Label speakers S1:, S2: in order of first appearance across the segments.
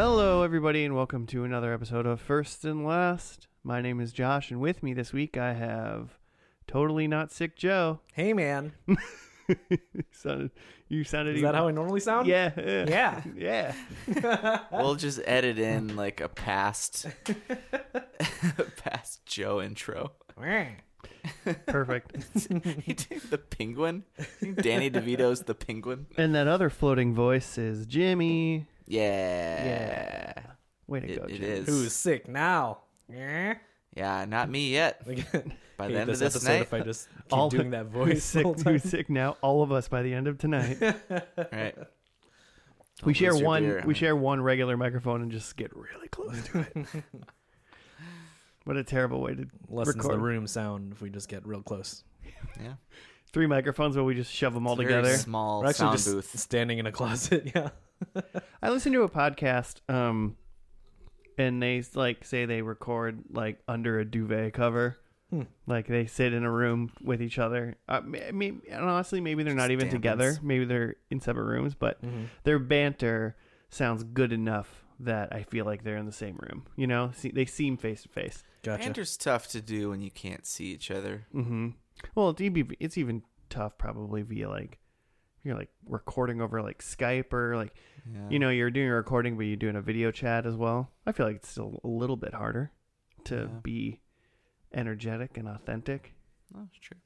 S1: everybody, and welcome to another episode of First and Last. My name is Josh, and with me this week I have totally not sick Joe.
S2: Hey, man.
S1: You sounded, you sounded
S2: Is that how I normally sound?
S1: Yeah, yeah,
S2: Yeah.
S1: yeah.
S3: We'll just edit in like a past past Joe intro.
S1: Perfect.
S3: He did the penguin. Danny DeVito's the penguin.
S1: and that other floating voice is Jimmy.
S3: Yeah.
S1: Yeah. Way to
S3: It-
S1: go,
S3: it
S1: Jimmy.
S3: is.
S2: Who's sick now? Yeah.
S3: Yeah, not me yet. By the end of this
S2: episode,
S3: night.
S2: if I just keep
S1: All
S2: doing that
S1: Who's
S2: voice, the
S1: sick?
S2: whole
S1: Who's
S2: time.
S1: sick now? All of us by the end of tonight.
S3: Right.
S1: we
S3: Don't
S1: share
S3: lose your
S1: one.
S3: beer. I
S1: We
S3: mean,
S1: share one regular microphone and just get really close to it. what a terrible way to
S2: lessens
S1: record.
S2: the room sound if we just get real close.
S3: Yeah.
S1: Three microphones, but we just shove them all
S3: It's a
S1: together.
S3: Very small
S2: We're actually
S3: sound
S2: just
S3: booth.
S2: standing in a closet. Yeah.
S1: I listened to a podcast, um, and they like say they record like under a duvet cover. Like they sit in a room with each other. Uh, maybe, and honestly, maybe they're not
S3: Just
S1: even
S3: dampens.
S1: together. Maybe they're in separate rooms, but their banter sounds good enough that I feel like they're in the same room. You know, See, they seem face to face.
S2: Gotcha.
S3: Banter's tough to do when you can't see each other.
S1: Mm-hmm. Well, it's even, it's even tough probably via like you're like recording over like Skype or like
S3: Yeah.
S1: you know you're doing a recording but you're doing a video chat as well. I feel like it's still a little bit harder to
S3: Yeah.
S1: be energetic and authentic.
S3: Oh, it's true.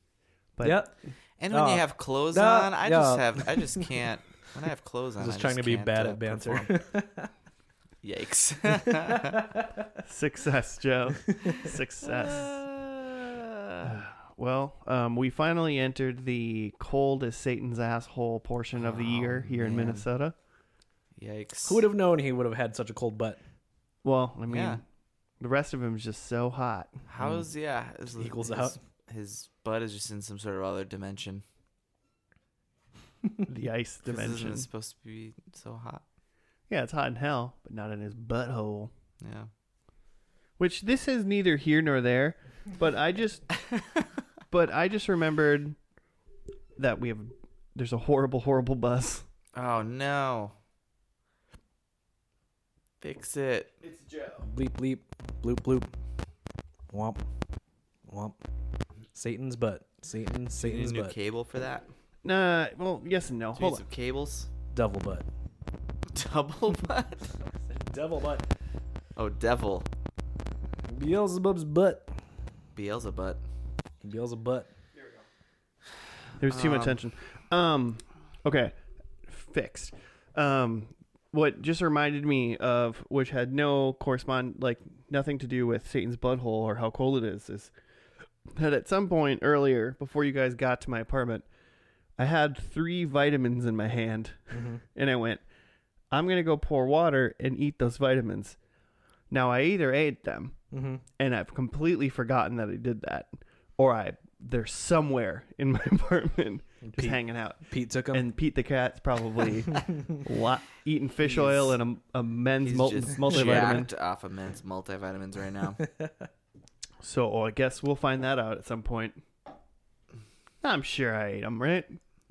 S1: But
S2: yep.
S3: And when
S2: Uh,
S3: you have clothes
S2: no,
S3: on, I just
S2: yeah.
S3: have I just can't when I have clothes on. I
S2: Just trying to be
S3: can't,
S2: bad
S3: uh,
S2: at banter.
S3: perform. Yikes.
S1: success, Joe. success. Uh, Well, um, we finally entered the cold as Satan's asshole portion of the
S3: Oh,
S1: year here in
S3: man.
S1: Minnesota.
S3: Yikes.
S2: Who would have known he would have had such a cold butt?
S1: Well, I mean,
S3: Yeah.
S1: the rest of him's just so hot.
S3: How's yeah? His,
S2: Equals
S3: his,
S2: out.
S3: His butt is just in some sort of other dimension.
S1: The ice
S3: 'Cause Isn't
S1: dimension.
S3: it supposed to be so hot?
S1: Yeah, it's hot in hell, but not in his butthole.
S3: Yeah.
S1: Which this is neither here nor there, but I just, but I just remembered that we have there's a horrible, horrible bus.
S3: Oh no. Fix it.
S1: It's Joe.
S2: Bleep, bleep, bloop, bloop. Womp. Womp. Satan's butt. Satan,
S3: Do you need
S2: Satan's
S3: a new
S2: butt.
S3: cable for that?
S1: Nah, well, yes and no.
S3: Do you need
S1: Hold on.
S3: some cables?
S2: Devil butt.
S3: Double butt?
S2: Devil butt.
S3: oh, devil.
S2: Beelzebub's butt.
S3: Beelzebub.
S2: Beelzebub.
S1: There was too much
S3: Um,
S1: tension. Um, okay, fixed. Um, what just reminded me of, which had no correspond, like nothing to do with Satan's butthole or how cold it is, is that at some point earlier, before you guys got to my apartment, I had three vitamins in my hand, and I went, "I'm gonna go pour water and eat those vitamins." Now I either ate them
S2: Mm-hmm.
S1: and I've completely forgotten that I did that, or I they're somewhere in my apartment just
S2: Pete.
S1: hanging out.
S2: Pete took him.
S1: And Pete the cat's probably wa- eating fish oil and a, a men's
S3: He's
S1: multi-
S3: just
S1: multivitamin.
S3: jacked off of men's multivitamins right now.
S1: So oh, I guess we'll find that out at some point. I'm sure I ate them, right?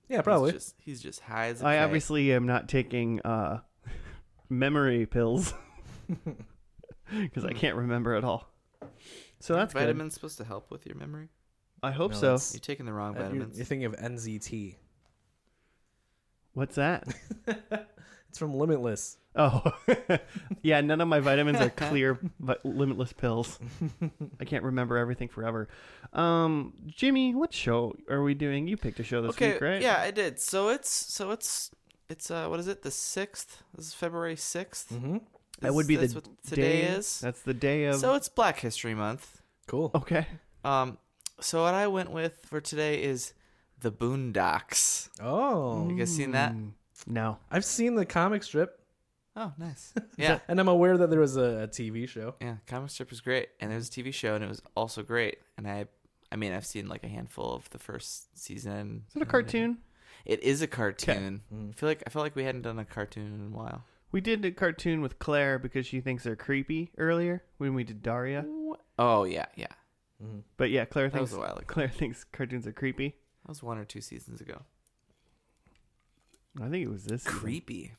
S2: yeah, probably.
S3: He's just, he's just high as a
S1: I
S3: kite.
S1: obviously am not taking uh, memory pills because I can't remember at all. So that's good.
S3: vitamins supposed to help with your memory.
S1: I hope
S2: No,
S1: so.
S2: that's-
S3: You're taking the wrong
S2: Uh, you're,
S3: vitamins.
S2: you're thinking of NZT.
S1: What's that?
S2: It's from Limitless.
S1: Oh, yeah. None of my vitamins are clear, but limitless pills. I can't remember everything forever. Um, Jimmy, what show are we doing? You picked a show this
S3: okay
S1: week, right?
S3: yeah i did so it's so it's it's uh what is it the 6th this is february 6th
S2: Mm-hmm.
S1: Mm, that would be
S3: That's
S1: the
S3: what today
S1: day-
S3: is
S1: That's the day of.
S3: so it's black history month
S2: Cool.
S1: okay.
S3: um so what i went with for today is the boondocks
S2: Oh,
S3: you guys seen that
S1: Mm, No.
S2: I've seen the comic strip,
S3: oh nice yeah
S2: and I'm aware that there was a, a TV show.
S3: yeah comic strip was great and there was a tv show and it was also great and i i mean i've seen like a handful of the first season
S1: Is it a cartoon?
S3: it is a cartoon
S2: Mm.
S3: i feel like i felt like we hadn't done a cartoon in a while
S1: We did a cartoon with Claire because she thinks they're creepy earlier when we did Daria.
S3: oh yeah yeah that
S2: Mm-hmm.
S1: But yeah, Claire thinks
S3: was a while ago
S1: Claire thinks cartoons are creepy.
S3: That was one or two seasons ago.
S1: I think it was this. season.
S3: Creepy.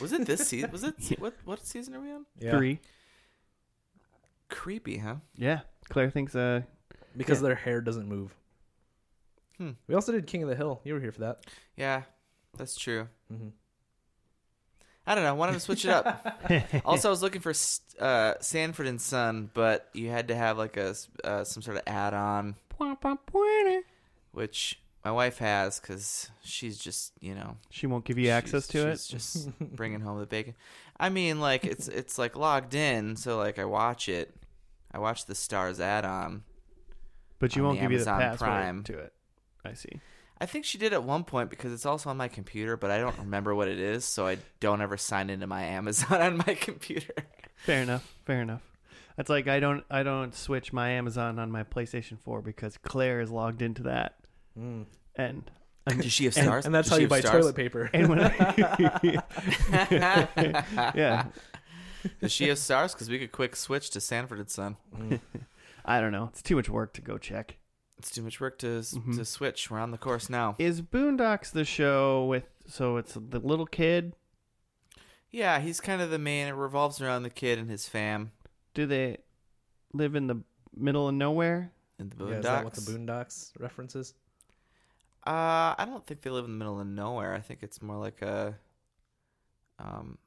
S3: Was it this season? Was it se- what? What season are we on?
S2: Yeah.
S1: Three.
S3: Creepy, huh?
S1: Yeah. Claire thinks uh
S2: because
S1: Yeah.
S2: their hair doesn't move.
S3: Hmm.
S2: We also did King of the Hill. You were here for that.
S3: Yeah, that's true.
S2: Mm-hmm.
S3: I don't know. I wanted to switch it up. also, I was looking for s- uh, Sanford and Son, but you had to have like a s- uh, some sort of add-on, which my wife has because she's just you know
S1: she won't give you access to it.
S3: Just bringing home the bacon. I mean, like it's it's like logged in, so like I watch it. I watch the Stars add-on.
S1: But you
S3: on
S1: won't
S3: the
S1: give you the
S3: Amazon
S1: password
S3: Prime.
S1: to it. I see.
S3: I think she did at one point because it's also on my computer, but I don't remember what it is, so I don't ever sign into my Amazon on my computer.
S1: Fair enough. Fair enough. That's like I don't I don't switch my Amazon on my PlayStation 4 because Claire is logged into that
S2: Mm.
S1: and
S3: Does she have
S1: And-
S3: stars?
S2: And that's
S3: Does
S2: how
S3: she
S2: you
S3: have
S2: buy
S3: stars?
S2: toilet paper.
S1: and when I, yeah,
S3: Does she have stars? Because we could quick switch to Sanford and Son.
S2: Mm.
S1: I don't know. It's too much work to go check.
S3: It's too much work to
S1: Mhm.
S2: Mm-hmm.
S3: to switch. We're on the course now.
S1: Is Boondocks the show with so it's the little kid?
S3: Yeah, he's kind of the main. It revolves around the kid and his fam
S1: Do they live in the middle of nowhere?
S3: and the
S2: Yeah,
S3: boondocks.
S2: is that what the Boondocks references?
S3: Uh, I don't think they live in the middle of nowhere. I think it's more like a, um,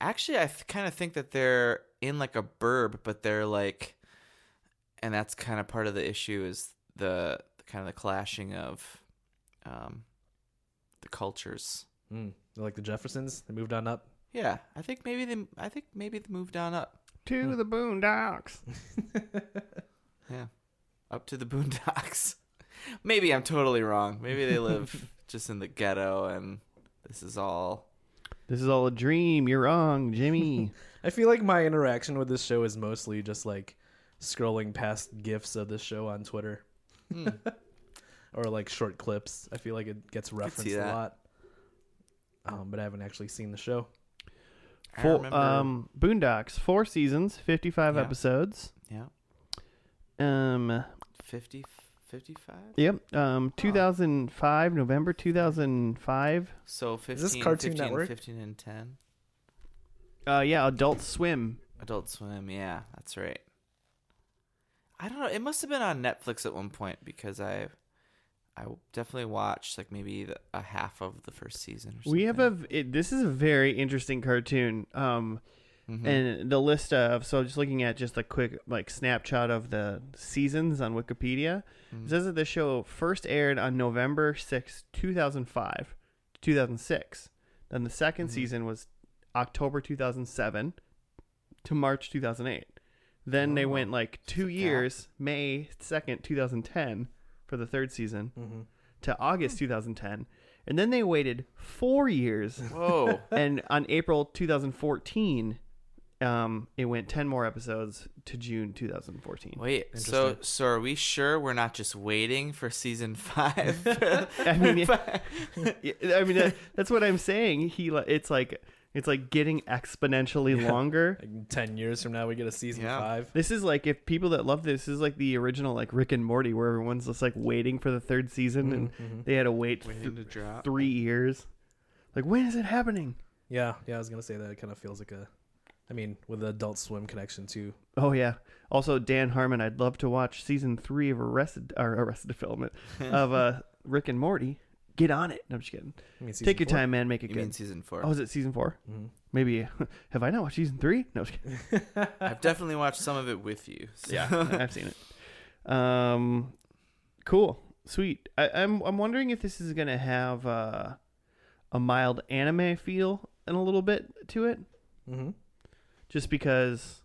S3: actually, I th- kind of think that they're in like a burb, but they're like, and that's kind of part of the issue is the kind of the clashing of, um, the cultures.
S2: Mm. They're Like the Jeffersons, they moved on up.
S3: Yeah, I think maybe they, I think maybe they moved on up,
S1: To
S3: Hmm.
S1: the Boondocks.
S3: up to the boondocks. maybe I'm totally wrong. Maybe they live just in the ghetto, and this is all.
S1: This is all a dream. You're wrong, Jimmy.
S2: I feel like my interaction with this show is mostly just like scrolling past gifs of this show on Twitter
S3: Hmm.
S2: or like short clips. I feel like it gets referenced a
S3: that.
S2: lot, um, but I haven't actually seen the show.
S3: I
S1: Four,
S3: remember-
S1: um, Boondocks, four seasons, fifty-five
S3: Yeah.
S1: episodes.
S3: yeah.
S1: Um,
S3: 50, 55?
S1: yep. Um, two thousand five, November two thousand five.
S3: So 15,
S2: this Cartoon
S3: 15,
S2: Network?
S3: 15 and 10.
S1: Uh, yeah, Adult Swim.
S3: Adult Swim, yeah, that's right. I don't know. It must have been on Netflix at one point because I I definitely watched like maybe the, a half of the first season or something.
S1: We have a. v- It, this is a very interesting cartoon. Um,
S3: Mhm.
S1: and the list of so just looking at just a quick like snapshot of the seasons on wikipedia it
S3: Mhm.
S1: says that the show first aired on november 6 2005 to 2006 then the 2nd
S3: Mm-hmm.
S2: Mhm.
S1: season was october 2007 to march 2008 then they
S3: Oh,
S1: went like two
S3: a gap.
S1: years may 2nd 2010 for the third season
S3: Mm-hmm.
S1: to
S3: Hmm.
S1: august 2010 and then they waited four years
S3: Whoa.
S1: and on April 2014, um, it went 10 more episodes to June 2014.
S3: Wait, so
S2: Interesting.
S3: so are we sure we're not just waiting for season 5?
S1: I mean, yeah, I mean that, that's what I'm saying. He, li- it's like it's like getting exponentially longer.
S2: Like ten years from now, we get a season
S3: Yeah.
S2: five.
S1: This is like if people that love this, this is like the original like Rick and Morty, where everyone's just like waiting for the third season, and they had to wait th-
S3: Mm-hmm, Waiting to drop.
S1: three years. Like when is it happening?
S2: Yeah, yeah. I was gonna say that. It kind of feels like a, I mean, with the Adult Swim connection too.
S1: Oh yeah. Also, Dan Harmon, I'd love to watch season three of Arrested or Arrested Development of uh, Rick and Morty. Get on it. No, I'm just kidding.
S2: I mean, season
S1: Take your
S2: four.
S1: time, man. Make it
S3: You
S1: good.
S3: mean season 4?
S1: oh, is it season four?
S2: Mhm.
S1: Maybe. Have I not watched season three? No. I'm just kidding.
S3: I've definitely watched some of it with you. so-
S1: I've seen it. Um, cool, sweet. I, I'm I'm wondering if this is gonna have uh, a mild anime feel and a little bit to it.
S2: Mhm.
S1: just because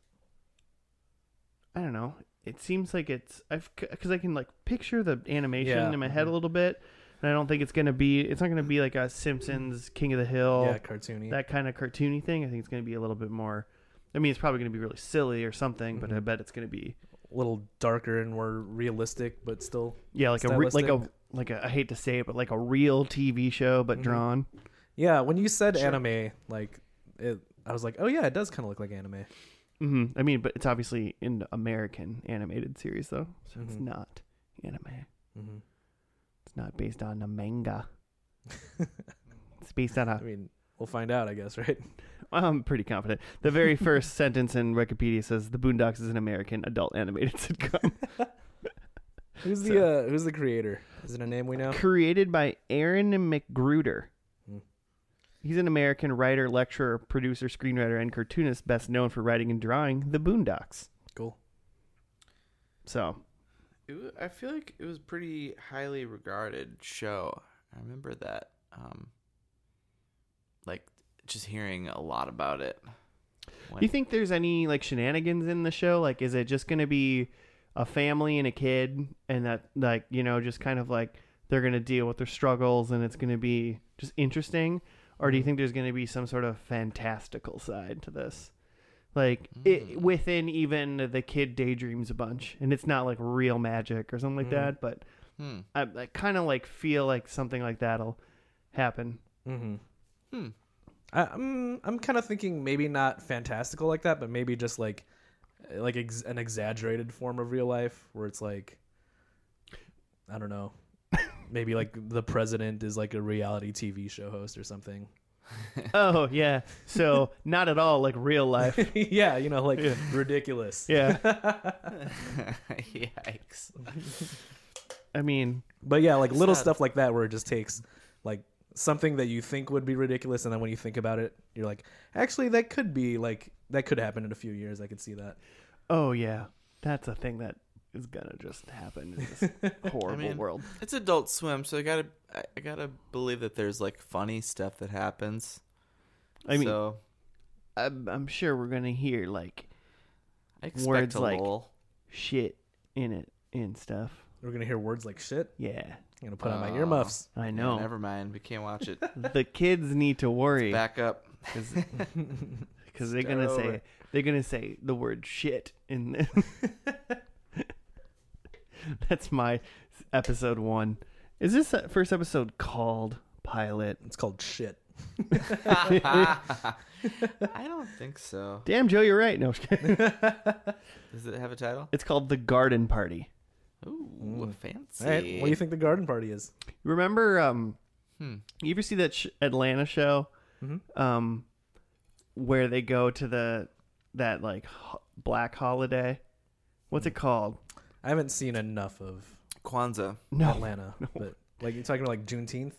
S1: I don't know. It seems like it's I've because I can like picture the animation
S2: Yeah.
S1: in my head a
S2: Mhm.
S1: little bit, and I don't think it's gonna be it's not gonna be like a Simpsons King of the Hill
S2: Yeah, cartoony.
S1: Oh. that kind of cartoony thing. I think it's gonna be a little bit more. I mean, it's probably gonna be really silly or something, but I
S2: Mhm.
S1: bet it's gonna be
S2: a little darker and more realistic, but still.
S1: yeah like a re- like a
S2: Stylistic.
S1: like a I hate to say it, but like a real TV show but
S2: Mhm.
S1: drawn.
S2: Yeah, when you said
S1: Sure.
S2: anime, like it, I was like, oh yeah, it does kind of look like anime.
S1: hmm I mean, but it's obviously an American animated series though, so it's
S2: Mhm.
S1: not anime.
S2: Mm-hmm. Mm-hmm.
S1: It's not based on a manga. It's based on
S2: I
S1: a
S2: mean, We'll find out, I guess, right?
S1: I'm pretty confident. The very first sentence in Wikipedia says The Boondocks is an American adult animated sitcom
S2: Who's the uh, who's the creator? Is it a name we know?
S1: created by Aaron McGruder.
S2: Hmm.
S1: He's an American writer, lecturer, producer, screenwriter, and cartoonist best known for writing and drawing The Boondocks.
S2: Cool.
S1: So,
S3: It wa- I feel like it was pretty highly regarded show. I remember that. Um, like just hearing a lot about it. When-
S1: do you think there's any like shenanigans in the show? Like, is it just going to be a family and a kid, and that like you know just kind of like they're going to deal with their struggles, and it's going to be just interesting? Or do you think there's going to be some sort of fantastical side to this? Like it, within even the kid daydreams a bunch, and it's not like real magic or something like
S2: Mhm.
S1: that. But
S3: Hmm.
S1: I, I kind of like feel like something like that'll happen.
S2: Mm-hmm.
S3: Hmm.
S2: I, I'm I'm kind of thinking maybe not fantastical like that, but maybe just like like ex- an exaggerated form of real life where it's like I don't know, maybe like the president is like a reality TV show host or something.
S1: oh yeah, so not at all like real life.
S2: yeah, you know, like
S1: Yeah.
S2: ridiculous.
S1: Yeah,
S3: hmm. Yikes.
S1: I mean
S2: But yeah, like little
S3: Sad.
S2: stuff like that where it just takes like something that you think would be ridiculous and then when you think about it, you're like, actually that could be like that could happen in a few years. I could see that.
S1: Oh yeah, that's a thing that is gonna just happen in this horrible
S3: mean-
S1: world.
S3: It's Adult Swim, so I gotta I, I gotta believe that there's like funny stuff that happens.
S1: I mean,
S3: so
S1: I'm, I'm sure we're gonna hear like
S3: I expect
S1: words
S3: a
S1: like-
S3: lull.
S1: shit in it and stuff.
S2: We're going to hear words like shit.
S1: Yeah,
S2: I'm gonna put on my
S3: Oh.
S2: earmuffs.
S1: I
S3: Yeah,
S1: know.
S3: never mind. We can't watch it.
S1: the kids need to worry
S3: Back up.
S1: because they're gonna
S3: start
S1: say
S3: over.
S1: they're gonna say the word shit in. the- that's my episode one. Is this the first episode called pilot?
S2: It's called shit.
S3: I don't think so.
S1: Damn, Joe, you're right. No, I'm just kidding.
S3: Does it have a title?
S1: it's called the Garden Party.
S3: Ooh,
S1: Mm.
S3: fancy.
S2: All right, what do you think the garden party is?
S1: Remember, um,
S3: Hmm.
S1: you ever see that sh- Atlanta show,
S2: Mhm.
S1: um, where they go to the that like ho- black holiday? What's it called?
S2: I haven't seen enough of
S3: Kwanzaa.
S1: No,
S2: Atlanta, but like you're talking about like Juneteenth.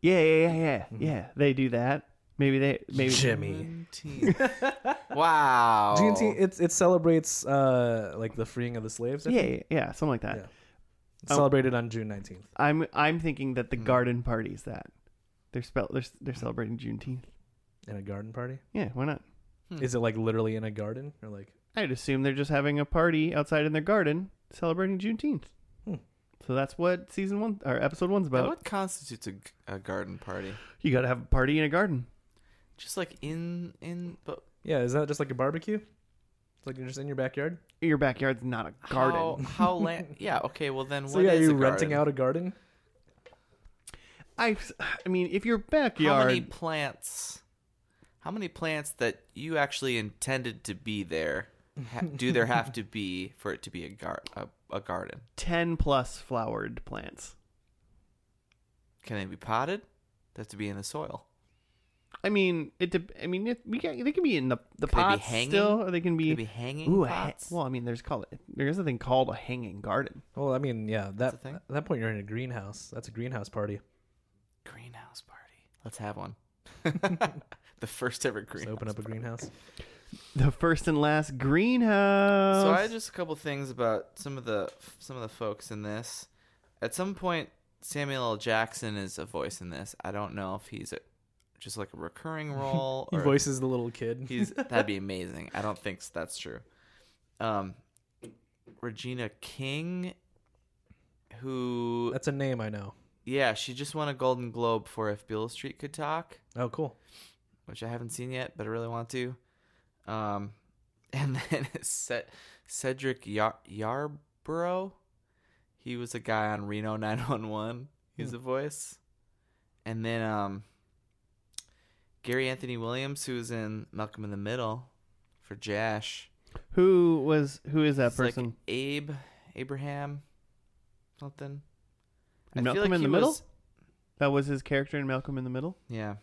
S1: yeah, yeah, yeah, yeah,
S2: Mm-hmm.
S1: yeah. They do that. Maybe they maybe
S2: Jimmy.
S3: Juneteenth.
S1: Oh.
S3: wow.
S2: Juneteenth. It it celebrates uh like the freeing of the slaves. I
S1: Yeah,
S2: think.
S1: yeah, yeah, something like that.
S2: Yeah. It's
S1: Oh.
S2: celebrated on June 19th.
S1: I'm I'm thinking that
S2: Mm.
S1: the garden party is that they're spell they're they're celebrating Juneteenth.
S2: In a garden party.
S1: Yeah, why not?
S2: Is it like literally in a garden or like?
S1: I'd assume they're just having a party outside in their garden celebrating Juneteenth.
S2: Hmm.
S1: So that's what season one or episode one's
S3: Now,
S1: about.
S3: what constitutes a, g- a garden party?
S1: You got to have a party in a garden.
S3: Just like in in but
S2: Yeah, is that just like a barbecue? It's like you're just in your backyard.
S1: Your backyard's not a garden.
S3: How, how land? Yeah. Okay. Well, then
S2: So
S3: what is
S2: yeah,
S3: a
S2: you're renting
S3: garden?
S2: out a garden.
S1: I, I mean, if your
S3: How
S1: backyard,
S3: many plants? How many plants that you actually intended to be there? Ha- do there have to be for it to be a gar a, a garden?
S1: ten plus flowered plants.
S3: Can they be potted? They have to be in the soil.
S1: I mean, it. de- I mean, it, we can, they can be in the the
S3: they be
S1: pot
S3: hanging?
S1: still, or they can
S3: They
S1: be,
S3: be hanging
S1: ooh. a ha-
S3: pots.
S1: well, I mean, there's called there is a thing called a hanging garden.
S2: Well, I mean, yeah, that
S3: a thing.
S2: at that point you're in a greenhouse. That's a greenhouse party.
S3: greenhouse party. Let's have one. the first ever
S2: Just
S3: greenhouse.
S2: open up a greenhouse.
S1: The first and last greenhouse.
S3: So I had just a couple things about some of the some of the folks in this. At some point, Samuel L. Jackson is a voice in this. I don't know if he's a, just like a recurring role.
S2: He
S3: or if
S2: voices the little kid.
S3: He's that'd be amazing. I don't think that's true. Um, Regina King, who
S2: That's a name I know.
S3: yeah, she just won a Golden Globe for If Beale Street Could Talk,
S2: Oh, cool.
S3: which I haven't seen yet, but I really want to. Um, and then Cet- Cedric Yar- Yarborough, he was a guy on Reno 911.
S1: Hmm.
S3: He's a voice, and then um, Gary Anthony Williams, who's in Malcolm in the Middle, for Jash.
S1: who was who is that
S3: It's like
S1: person?
S3: Abe Abraham something. I feel
S1: Malcolm in
S3: he
S1: the Middle.
S3: was-
S1: That was his character in Malcolm in the Middle.
S3: yeah.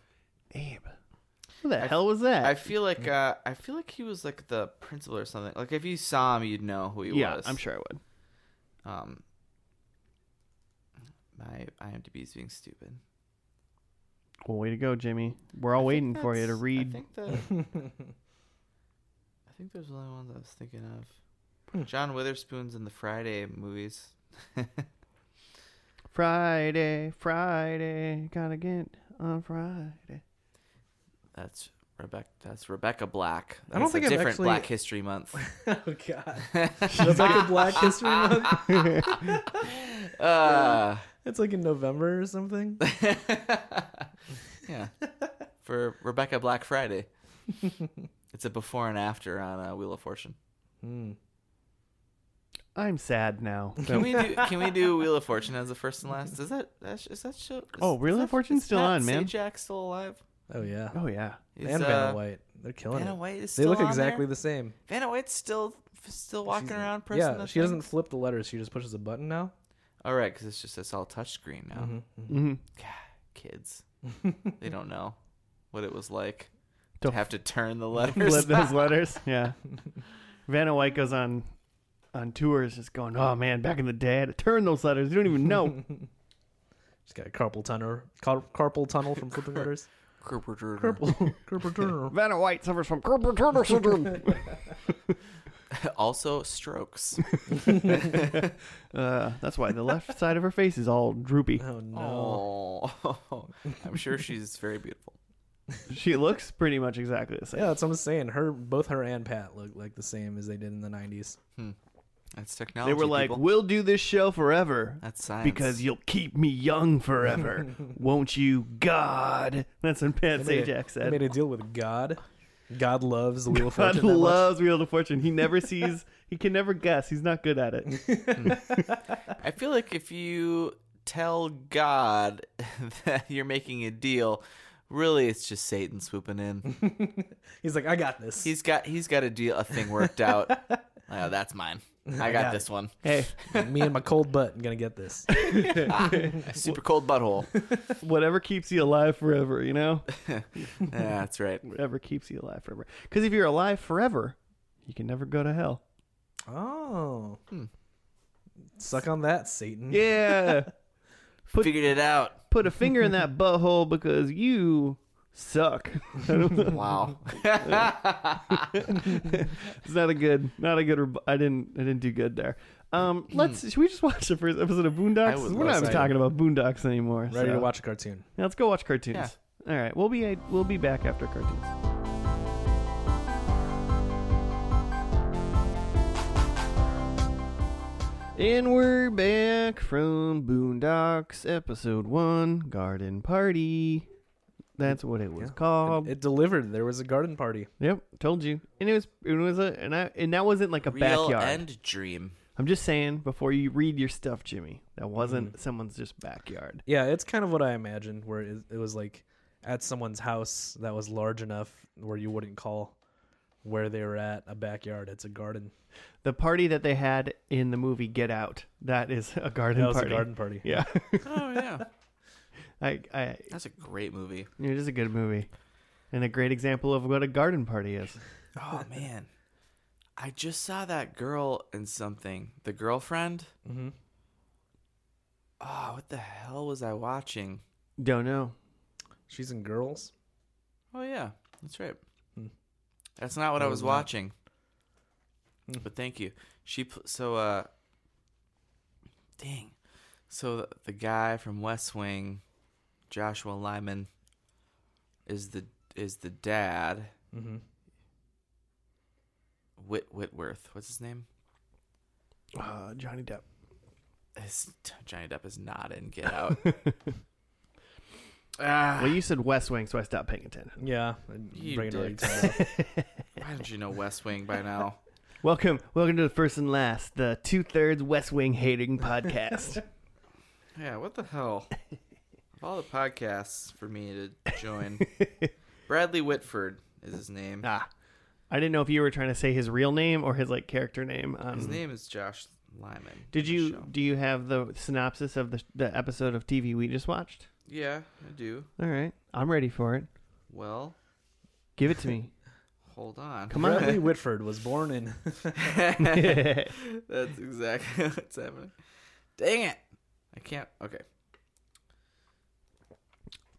S1: Abe. What the
S3: I-
S1: hell was that?
S3: I feel like uh, I feel like he was like the principal or something. Like if you saw him, you'd know who he
S1: yeah,
S3: was.
S1: I'm sure I would.
S3: Um, my IMDb is being stupid.
S1: Well, way to go, Jimmy. We're all
S3: I
S1: waiting
S3: think
S1: for you to
S3: that's- I
S1: read.
S3: think that I think there's only ones I was thinking
S2: Hmm.
S3: of. John Witherspoon's in the Friday movies.
S1: Friday, Friday, gotta get on Friday.
S3: That's Rebecca. That's Rebecca Black.
S2: I don't
S3: That's a
S2: think I've
S3: different
S2: actually-
S3: Black History Month.
S2: oh God, Rebecca Black History Month.
S3: Uh,
S2: It's like in November or something.
S3: yeah, for Rebecca Black Friday. It's a before and after on uh, Wheel of Fortune.
S2: Hmm.
S1: I'm sad now.
S3: Can we do? Can we do Wheel of Fortune as a first and last? Is that that's- is that show? Is,
S1: Oh, Wheel
S3: is
S1: of
S3: that-
S1: Fortune's
S3: is
S1: still
S3: Matt
S1: on, man.
S3: Sajak still alive?
S2: Oh yeah,
S1: Oh yeah.
S3: Is,
S2: and
S3: uh,
S2: Vanna White. They're killing
S3: Vanna
S2: it.
S3: White is
S2: They
S3: still
S2: look
S3: on
S2: exactly
S3: There?
S2: the same.
S3: Vanna White's still still walking
S2: She's-
S3: around. Person
S2: Yeah, she doesn't flip the letters. She just pushes a button now.
S3: All right, because it's just it's all touchscreen now.
S2: Mhm.
S1: hmm
S3: God, kids,
S2: Mm-hmm.
S3: they don't know what it was like to
S1: To
S3: have to turn the letters.
S1: Flip those letters. Yeah. Vanna White goes on on tours, just going, "Oh man, back in the day, I had to turn those letters. You don't even know."
S2: She's got a carpal tunnel. Car- carpal tunnel from flipping letters. Carpal. carpal tunnel.
S1: Vanna White suffers from carpal tunnel syndrome.
S3: also, strokes.
S1: uh, that's why the left side of her face is all droopy.
S2: Oh no.
S3: Oh, I'm sure she's very beautiful.
S1: She looks pretty much exactly the same.
S2: Yeah, that's what I'm saying. Her, both her and Pat look like the same as they did in the '90s.
S3: That's technology.
S1: They were like,
S3: people.
S1: "We'll do this show forever
S3: that's science.
S1: because you'll keep me young forever, won't you, God?" That's what Pat
S2: made a-
S1: Sajak
S2: They
S1: said.
S2: made a deal with God. God loves the Wheel of
S1: God
S2: Fortune. that much.
S1: loves Wheel of Fortune. He never sees. He can never guess. He's not good at it.
S3: I feel like if you tell God that you're making a deal, really it's just Satan swooping in.
S2: He's like, I got this.
S3: He's got he's got a deal a thing worked out. oh, that's mine. I got
S2: got
S3: this one.
S1: Hey,
S2: Me and my cold butt, I'm gonna get this.
S3: Ah, Super cold butthole.
S1: whatever keeps you alive forever, you know?
S3: yeah, that's right.
S1: Whatever keeps you alive forever. Because if you're alive forever, you can never go to hell.
S2: Oh,
S3: Hmm.
S2: suck on that, Satan.
S1: Yeah. Put-
S3: Figured it out.
S1: Put a finger in that butthole because you suck.
S3: Wow.
S1: it's not a good, not a good. Re- I didn't, I didn't do good there. Um,
S2: Hmm.
S1: let's. Should we just watch the first episode of
S3: I
S1: Boondocks?
S3: would
S1: We're
S3: love
S1: not even
S2: to.
S1: talking about Boondocks anymore.
S2: Ready
S1: so.
S2: to watch a cartoon.
S1: Yeah, let's go watch cartoons.
S3: Yeah.
S1: All right, we'll be we'll be back after cartoons. And we're back from Boondocks episode one, Garden Party. That's what it was called.
S2: It, it delivered. There was a garden party.
S1: yep, told you. And it was it was a and I and that wasn't like a
S3: Real
S1: backyard.
S3: and dream.
S1: I'm just saying before you read your stuff, Jimmy. That wasn't someone's just backyard.
S2: Yeah, it's kind of what I imagined, where it, it was like at someone's house that was large enough where you wouldn't call where they were at a backyard. It's a garden.
S1: the party that they had in the movie Get Out. That is a garden
S2: that was
S1: party.
S2: a garden party.
S1: Yeah,
S3: Oh yeah.
S1: I, I,
S3: That's a great movie.
S1: it is a good movie, and a great example of what a garden party is.
S3: Oh man. I just saw that girl in something. The girlfriend?
S2: Mm-hmm.
S3: Oh, what the hell was I watching?
S1: Don't know.
S2: She's in girls.
S3: Oh yeah, that's right.
S2: Hmm.
S3: That's not what I
S2: No,
S3: was
S2: it's not.
S3: watching.
S2: Hmm.
S3: But thank you. She pl- so uh, dang. So the, the guy from West Wing, Joshua Lyman, is the is the dad.
S2: Mm-hmm.
S3: Whit Whitworth. What's his name?
S1: Uh, Johnny Depp.
S3: His, Johnny Depp is not in Get Out. ah,
S1: Well, you said West Wing, so I stopped paying attention.
S2: Yeah, and
S3: You
S2: bringing her
S3: dicks.
S2: to life.
S3: why don't you know West Wing by now?
S1: Welcome, welcome to the first and last, the two thirds West Wing hating podcast.
S3: Yeah, what the hell? of all the podcasts for me to join, Bradley Whitford is his name.
S1: ah, I didn't know if you were trying to say his real name or his like character name. Um, On
S3: His name is Josh Lyman.
S1: mm. Did
S3: in the
S1: you
S3: show.
S1: do you have the synopsis of the the episode of TV we just watched?
S3: Yeah, I do.
S1: All right, I'm ready for it.
S3: Well,
S1: Give it to me.
S3: Hold on.
S1: Come on.
S2: Bradley Whitford was born in.
S3: That's exactly what's happening. Dang it. I can't. Okay.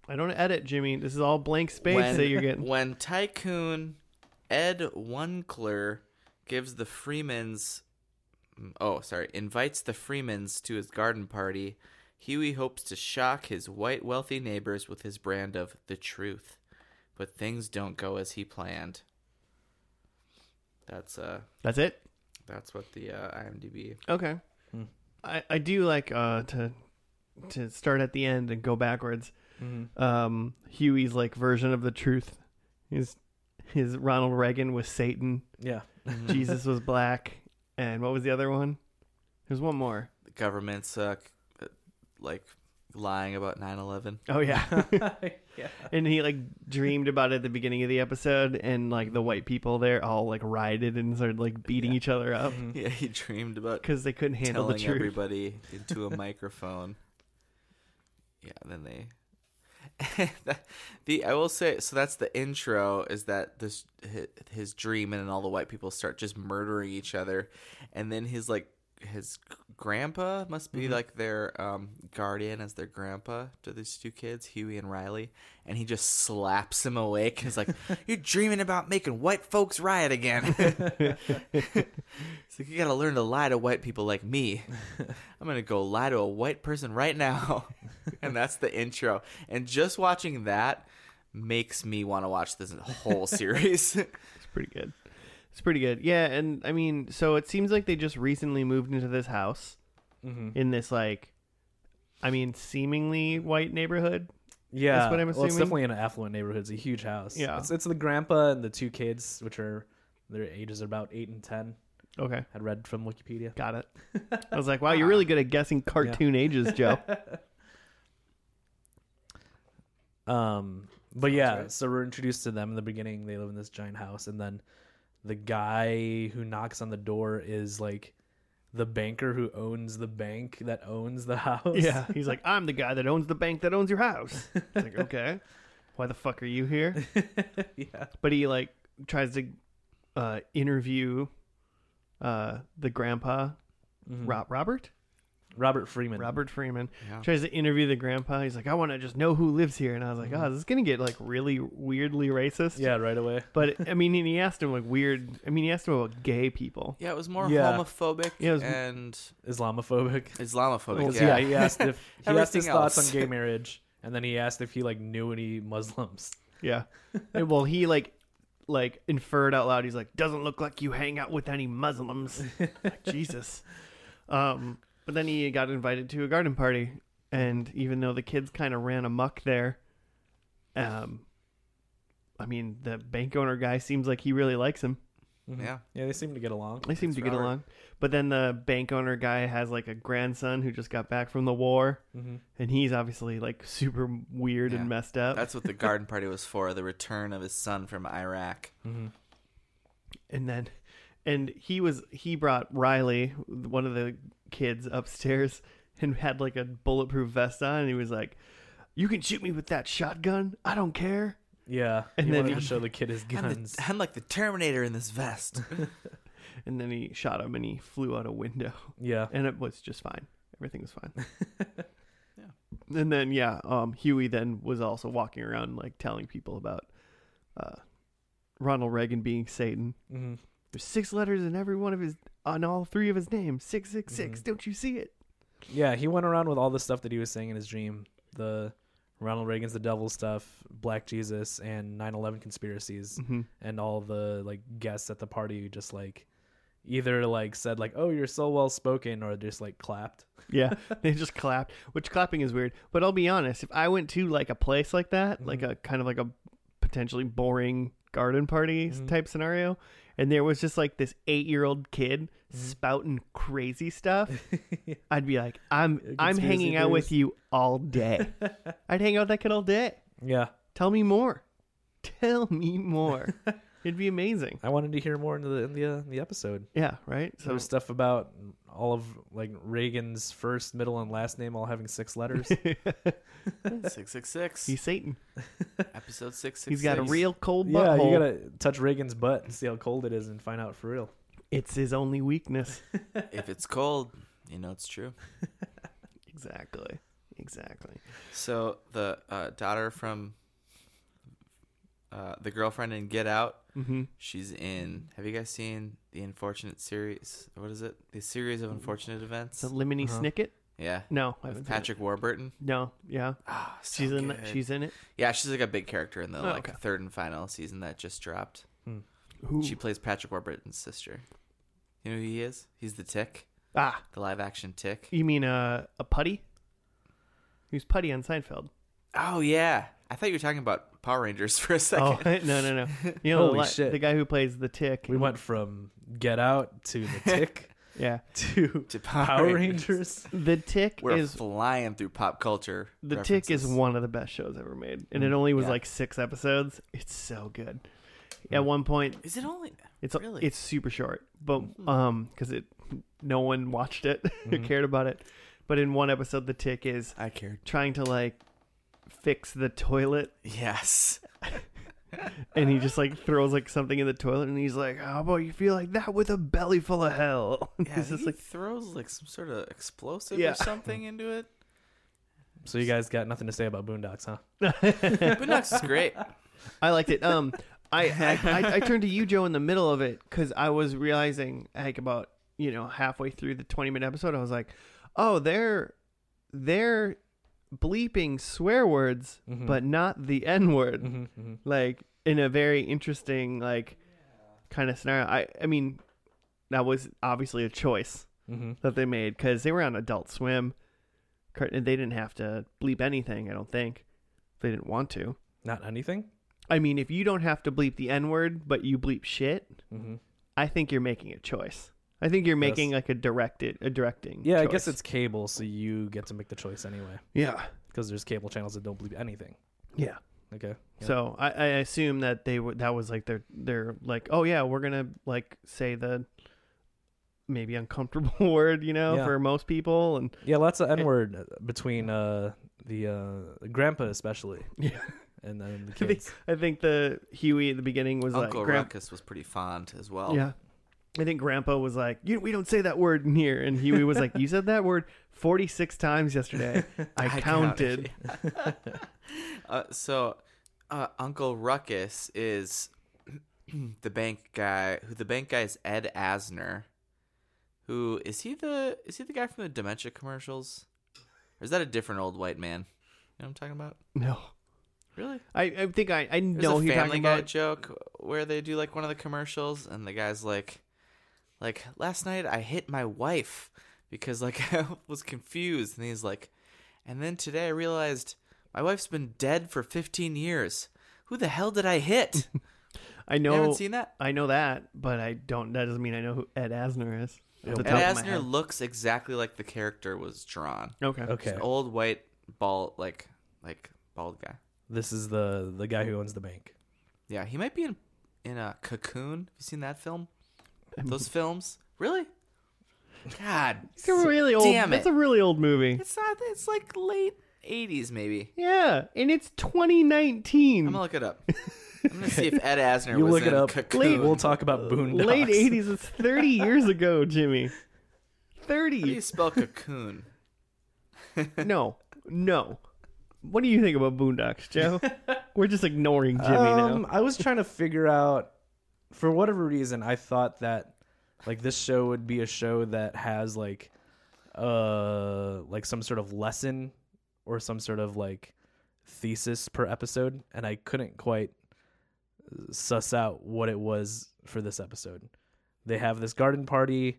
S1: I don't edit, Jimmy. This is all blank space that you're getting.
S3: when tycoon Ed Wunkler gives the Freemans, oh sorry, invites the Freemans to his garden party, Huey hopes to shock his white wealthy neighbors with his brand of the truth, but things don't go as he planned. That's uh,
S1: That's it.
S3: that's what the uh, IMDb.
S1: Okay.
S2: Hmm.
S1: I, I do like uh, to to start at the end and go backwards.
S2: Mhm.
S1: Um, Huey's like version of the truth is his Ronald Reagan was Satan,
S2: Yeah.
S1: Jesus was black, and what was the other one? There's one more.
S3: The government's uh, c- uh, like lying about 9-11.
S1: Oh yeah.
S2: yeah.
S1: and he like dreamed about it at the beginning of the episode and like the white people there all like rioted and started like beating each other up
S3: Yeah, he dreamed about
S1: because they couldn't handle the
S3: telling
S1: truth.
S3: everybody into a microphone. Yeah, then they. That- the I will say so. That's the intro. Is that this hi- his dream, and then all the white people start just murdering each other, and then his like his grandpa must
S1: Mm-hmm.
S3: be like their um, guardian as their grandpa to these two kids, Huey and Riley, and he just slaps him awake. He's like, "You're dreaming about making white folks riot again." It's like you gotta learn to lie to white people like me. I'm gonna go lie to a white person right now. and that's the intro. And just watching that makes me want to watch this whole series.
S1: It's pretty good. It's pretty good. Yeah, and I mean, so it seems like they just recently moved into this house
S2: hmm
S1: in this like, I mean, seemingly white neighborhood.
S2: Yeah.
S1: That's what I'm
S2: Well, it's
S1: assuming.
S2: definitely in an affluent neighborhood. It's a huge house.
S1: Yeah.
S2: It's, it's the grandpa and the two kids, which are their ages are about eight and ten.
S1: Okay,
S2: I'd read from Wikipedia.
S1: got it. I was like, wow, you're really good at guessing cartoon ages, Joe.
S2: Um, but yeah,
S3: right.
S2: so we're introduced to them in the beginning. They live in this giant house, and then the guy who knocks on the door is like the banker who owns the bank that owns the house.
S1: Yeah, he's like, I'm the guy that owns the bank that owns your house. It's like, okay, why the fuck are you here?
S2: yeah,
S1: but he like tries to uh, interview uh, the grandpa Rob- Robert
S2: Robert Mm-hmm. Freeman.
S1: Robert Freeman
S3: Yeah.
S1: tries to interview the grandpa. He's like, I want to just know who lives here, and I was like, oh, this is gonna get like really weirdly racist.
S2: Mm-hmm. Yeah, right away.
S1: But I mean, and he asked him like weird. I mean, he asked him about gay people.
S3: yeah, it was more
S2: Yeah.
S3: homophobic
S1: Yeah, it was-
S3: and
S2: Islamophobic.
S3: Islamophobic.
S2: Well,
S3: yeah.
S2: yeah. he asked if he asked his
S3: Everything
S2: thoughts
S3: else.
S2: on gay marriage, and then he asked if he like knew any Muslims.
S1: Yeah. And, well, he like like inferred out loud. He's like, doesn't look like you hang out with any Muslims. Like, Jesus. Um, but then he got invited to a garden party, and even though the kids kind of ran amok there, um, I mean, the bank owner guy seems like he really likes him.
S3: Yeah.
S2: Mm-hmm. Yeah, they seem to get along.
S1: They seem
S3: That's
S1: to get
S3: Robert.
S1: along. But then the bank owner guy has like a grandson who just got back from the war,
S2: Mhm.
S1: and he's obviously like super weird
S3: Yeah.
S1: and messed up.
S3: That's what the garden party was for, the return of his son from Iraq.
S2: Mm-hmm.
S1: and then and he was he brought Riley, one of the kids upstairs and had like a bulletproof vest on and he was like, "You can shoot me with that shotgun. I don't care."
S2: Yeah,
S1: And
S2: and
S1: then
S2: then
S1: he-
S2: to show the kid his
S3: I'm, the-
S2: guns.
S3: I'm like the Terminator in this vest.
S1: And then he shot him and he flew out a window
S2: Yeah,
S1: and it was just fine. Everything was fine. yeah. And then yeah, um Huey then was also walking around like telling people about uh Ronald Reagan being Satan.
S2: hmm
S1: There's six letters in every one of his on all three of his names. 666. Don't you see it?
S2: yeah. He went around with all the stuff that he was saying in his dream: the Ronald Reagan's the devil stuff, Black Jesus, and 9/11 conspiracies,
S1: Mhm.
S2: and all the like guests at the party who just like either like said like, "Oh, you're so well spoken," or just like clapped.
S1: Yeah, they just clapped, which clapping is weird. But I'll be honest, if I went to like a place like that,
S2: Mm-hmm.
S1: like a kind of like a potentially boring garden party
S2: Mm-hmm.
S1: s- type scenario, and there was just like this eight year old kid
S2: Mm-hmm.
S1: spouting crazy stuff, I'd be like, I'm I'm
S2: Conspiracy
S1: hanging out with
S2: theories.
S1: you all day. I'd hang out with that kid all day.
S2: Yeah,
S1: Tell me more. Tell me more. It'd be amazing.
S2: I wanted to hear more in the in the, uh, in the episode.
S1: Yeah, right?
S2: There
S1: So
S2: was stuff about all of like Reagan's first, middle, and last name all having six letters.
S3: Six six six.
S1: he's Satan.
S3: Episode six six.
S1: He's got a real cold
S2: yeah,
S1: butthole.
S2: you gotta touch Reagan's butt and see how cold it is and find out for real.
S1: It's his only weakness.
S3: If it's cold, you know it's true.
S1: exactly. Exactly.
S3: So the uh, daughter from uh, the girlfriend in Get Out,
S1: Mm-hmm.
S3: she's in. Have you guys seen the Unfortunate series? What is it? The series of unfortunate
S1: It's
S3: events.
S1: a Lemony
S2: Uh-huh.
S1: Snicket.
S3: Yeah,
S1: No, I haven't
S3: with
S1: seen it.
S3: Patrick Warburton.
S1: No, yeah,
S3: Ah, so
S1: she's in.
S3: good.
S1: She's in it.
S3: yeah, she's like a big character in the
S1: Oh,
S3: like
S1: okay.
S3: third and final season that just dropped.
S1: Who?
S3: She plays Patrick Warburton's sister. You know who he is? He's the Tick,
S1: ah,
S3: the live action Tick.
S1: you mean uh, a putty? He was putty on Seinfeld.
S3: Oh yeah, I thought you were talking about Power Rangers for a second.
S1: Oh no, no, no! You know
S2: Holy
S1: the, li-
S2: shit.
S1: the guy who plays the tick.
S2: We went from Get Out to The Tick
S1: Yeah,
S2: to
S3: To Power,
S2: Power
S3: Rangers.
S2: Rangers.
S1: the tick
S3: We're
S1: is
S3: flying through pop culture.
S1: the tick is
S3: references. Mm,
S1: one of the best shows ever made, and it only was
S3: yeah. Mm.
S1: like six episodes. It's so good. At one point,
S3: Is it only?
S1: it's
S3: Really? Mm-hmm.
S1: it's super short, but um, because it no one watched it or cared about it. But in one episode, the tick is
S3: I cared.
S1: trying to like fix the toilet
S3: Yes.
S1: and he just like throws like something in the toilet and he's like how about you feel like that with a belly full of hell
S3: Yeah,
S1: It's
S3: he
S1: just like
S3: throws like some sort of explosive
S1: Yeah.
S3: or something into it.
S2: So you guys got nothing to say about Boondocks, huh?
S3: Boondocks is great.
S1: i liked it um I, I, I i turned to you joe in the middle of it because i was realizing like about you know halfway through the 20 minute episode i was like oh they're they're bleeping swear words
S2: Mm-hmm.
S1: but
S2: Mm.
S1: not the n word like in a very interesting like kind of scenario i i mean that was obviously a choice
S2: Mm-hmm.
S1: that they made because they were on Adult Swim. Cur- and They didn't have to bleep anything, I don't think. If They didn't want to.
S2: Not anything.
S1: I mean, if you don't have to bleep the N word, but you bleep shit,
S2: Mm-hmm.
S1: I think you're making a choice. I think you're making like a directed, a directing.
S2: Yeah, I
S1: choice.
S2: guess it's cable, so you get to make the choice anyway.
S1: yeah,
S2: Because there's cable channels that don't believe anything.
S1: yeah.
S2: Okay. Yeah.
S1: So I, I assume that they were that was like their their like oh yeah we're gonna like say the maybe uncomfortable word you know
S2: Yeah.
S1: for most people and
S2: yeah, lots of N word between uh, the uh, grandpa especially,
S1: yeah
S2: and then the
S1: I think,
S2: kids.
S1: I think the Huey at the beginning was
S3: Uncle
S1: like "Grandpa,
S3: Ruckus was pretty fond as well.
S1: Yeah. I think Grandpa was like, you, "We don't say that word in here," and Huey was like, "You said that word forty six times yesterday. I, counted."
S3: uh, so, uh, Uncle Ruckus is the bank guy. Who the bank guy is Ed Asner. Who is he? The is he the guy from the dementia commercials? Or is that a different old white man? You know what I'm talking about?
S1: No,
S3: Really?
S1: I, I think I I
S3: There's
S1: know
S3: a
S1: who you're
S3: Family
S1: talking
S3: Guy
S1: about.
S3: joke where they do like one of the commercials, and the guy's like, like last night I hit my wife because like I was confused, and he's like, and then today I realized my wife's been dead for 15 years. Who the hell did I hit?
S1: I
S3: You
S1: know
S3: haven't seen that?
S1: I know that, but I don't. That doesn't mean I know who Ed Asner is. off the
S3: Ed
S1: top of my
S3: Asner looks exactly like the character was drawn.
S1: head. Okay.
S2: Okay.
S3: An old white bald like like bald guy.
S2: This is the the guy who owns the bank.
S3: Yeah, he might be in in a Cocoon. Have you seen that film? Those films? Really? God,
S1: It's a really old.
S3: Damn it.
S1: It's a really old movie.
S3: It's not. It's like late '80s, maybe.
S1: Yeah, and it's 2019.
S3: I'm gonna look it up. I'm gonna see if Ed Asner
S2: You
S3: was
S2: look it
S3: in
S2: up.
S3: Cocoon.
S2: We'll talk about Boondocks.
S1: Late 80s. It's 30 years ago, Jimmy.
S3: How do you
S1: 30.
S3: spell Cocoon?
S1: No, no. What do you think about Boondocks, Joe? We're just ignoring Jimmy now.
S2: Um, I was trying to figure out, for whatever reason, I thought that like this show would be a show that has like uh like some sort of lesson or some sort of like thesis per episode, and I couldn't quite suss out what it was for this episode. They have this garden party.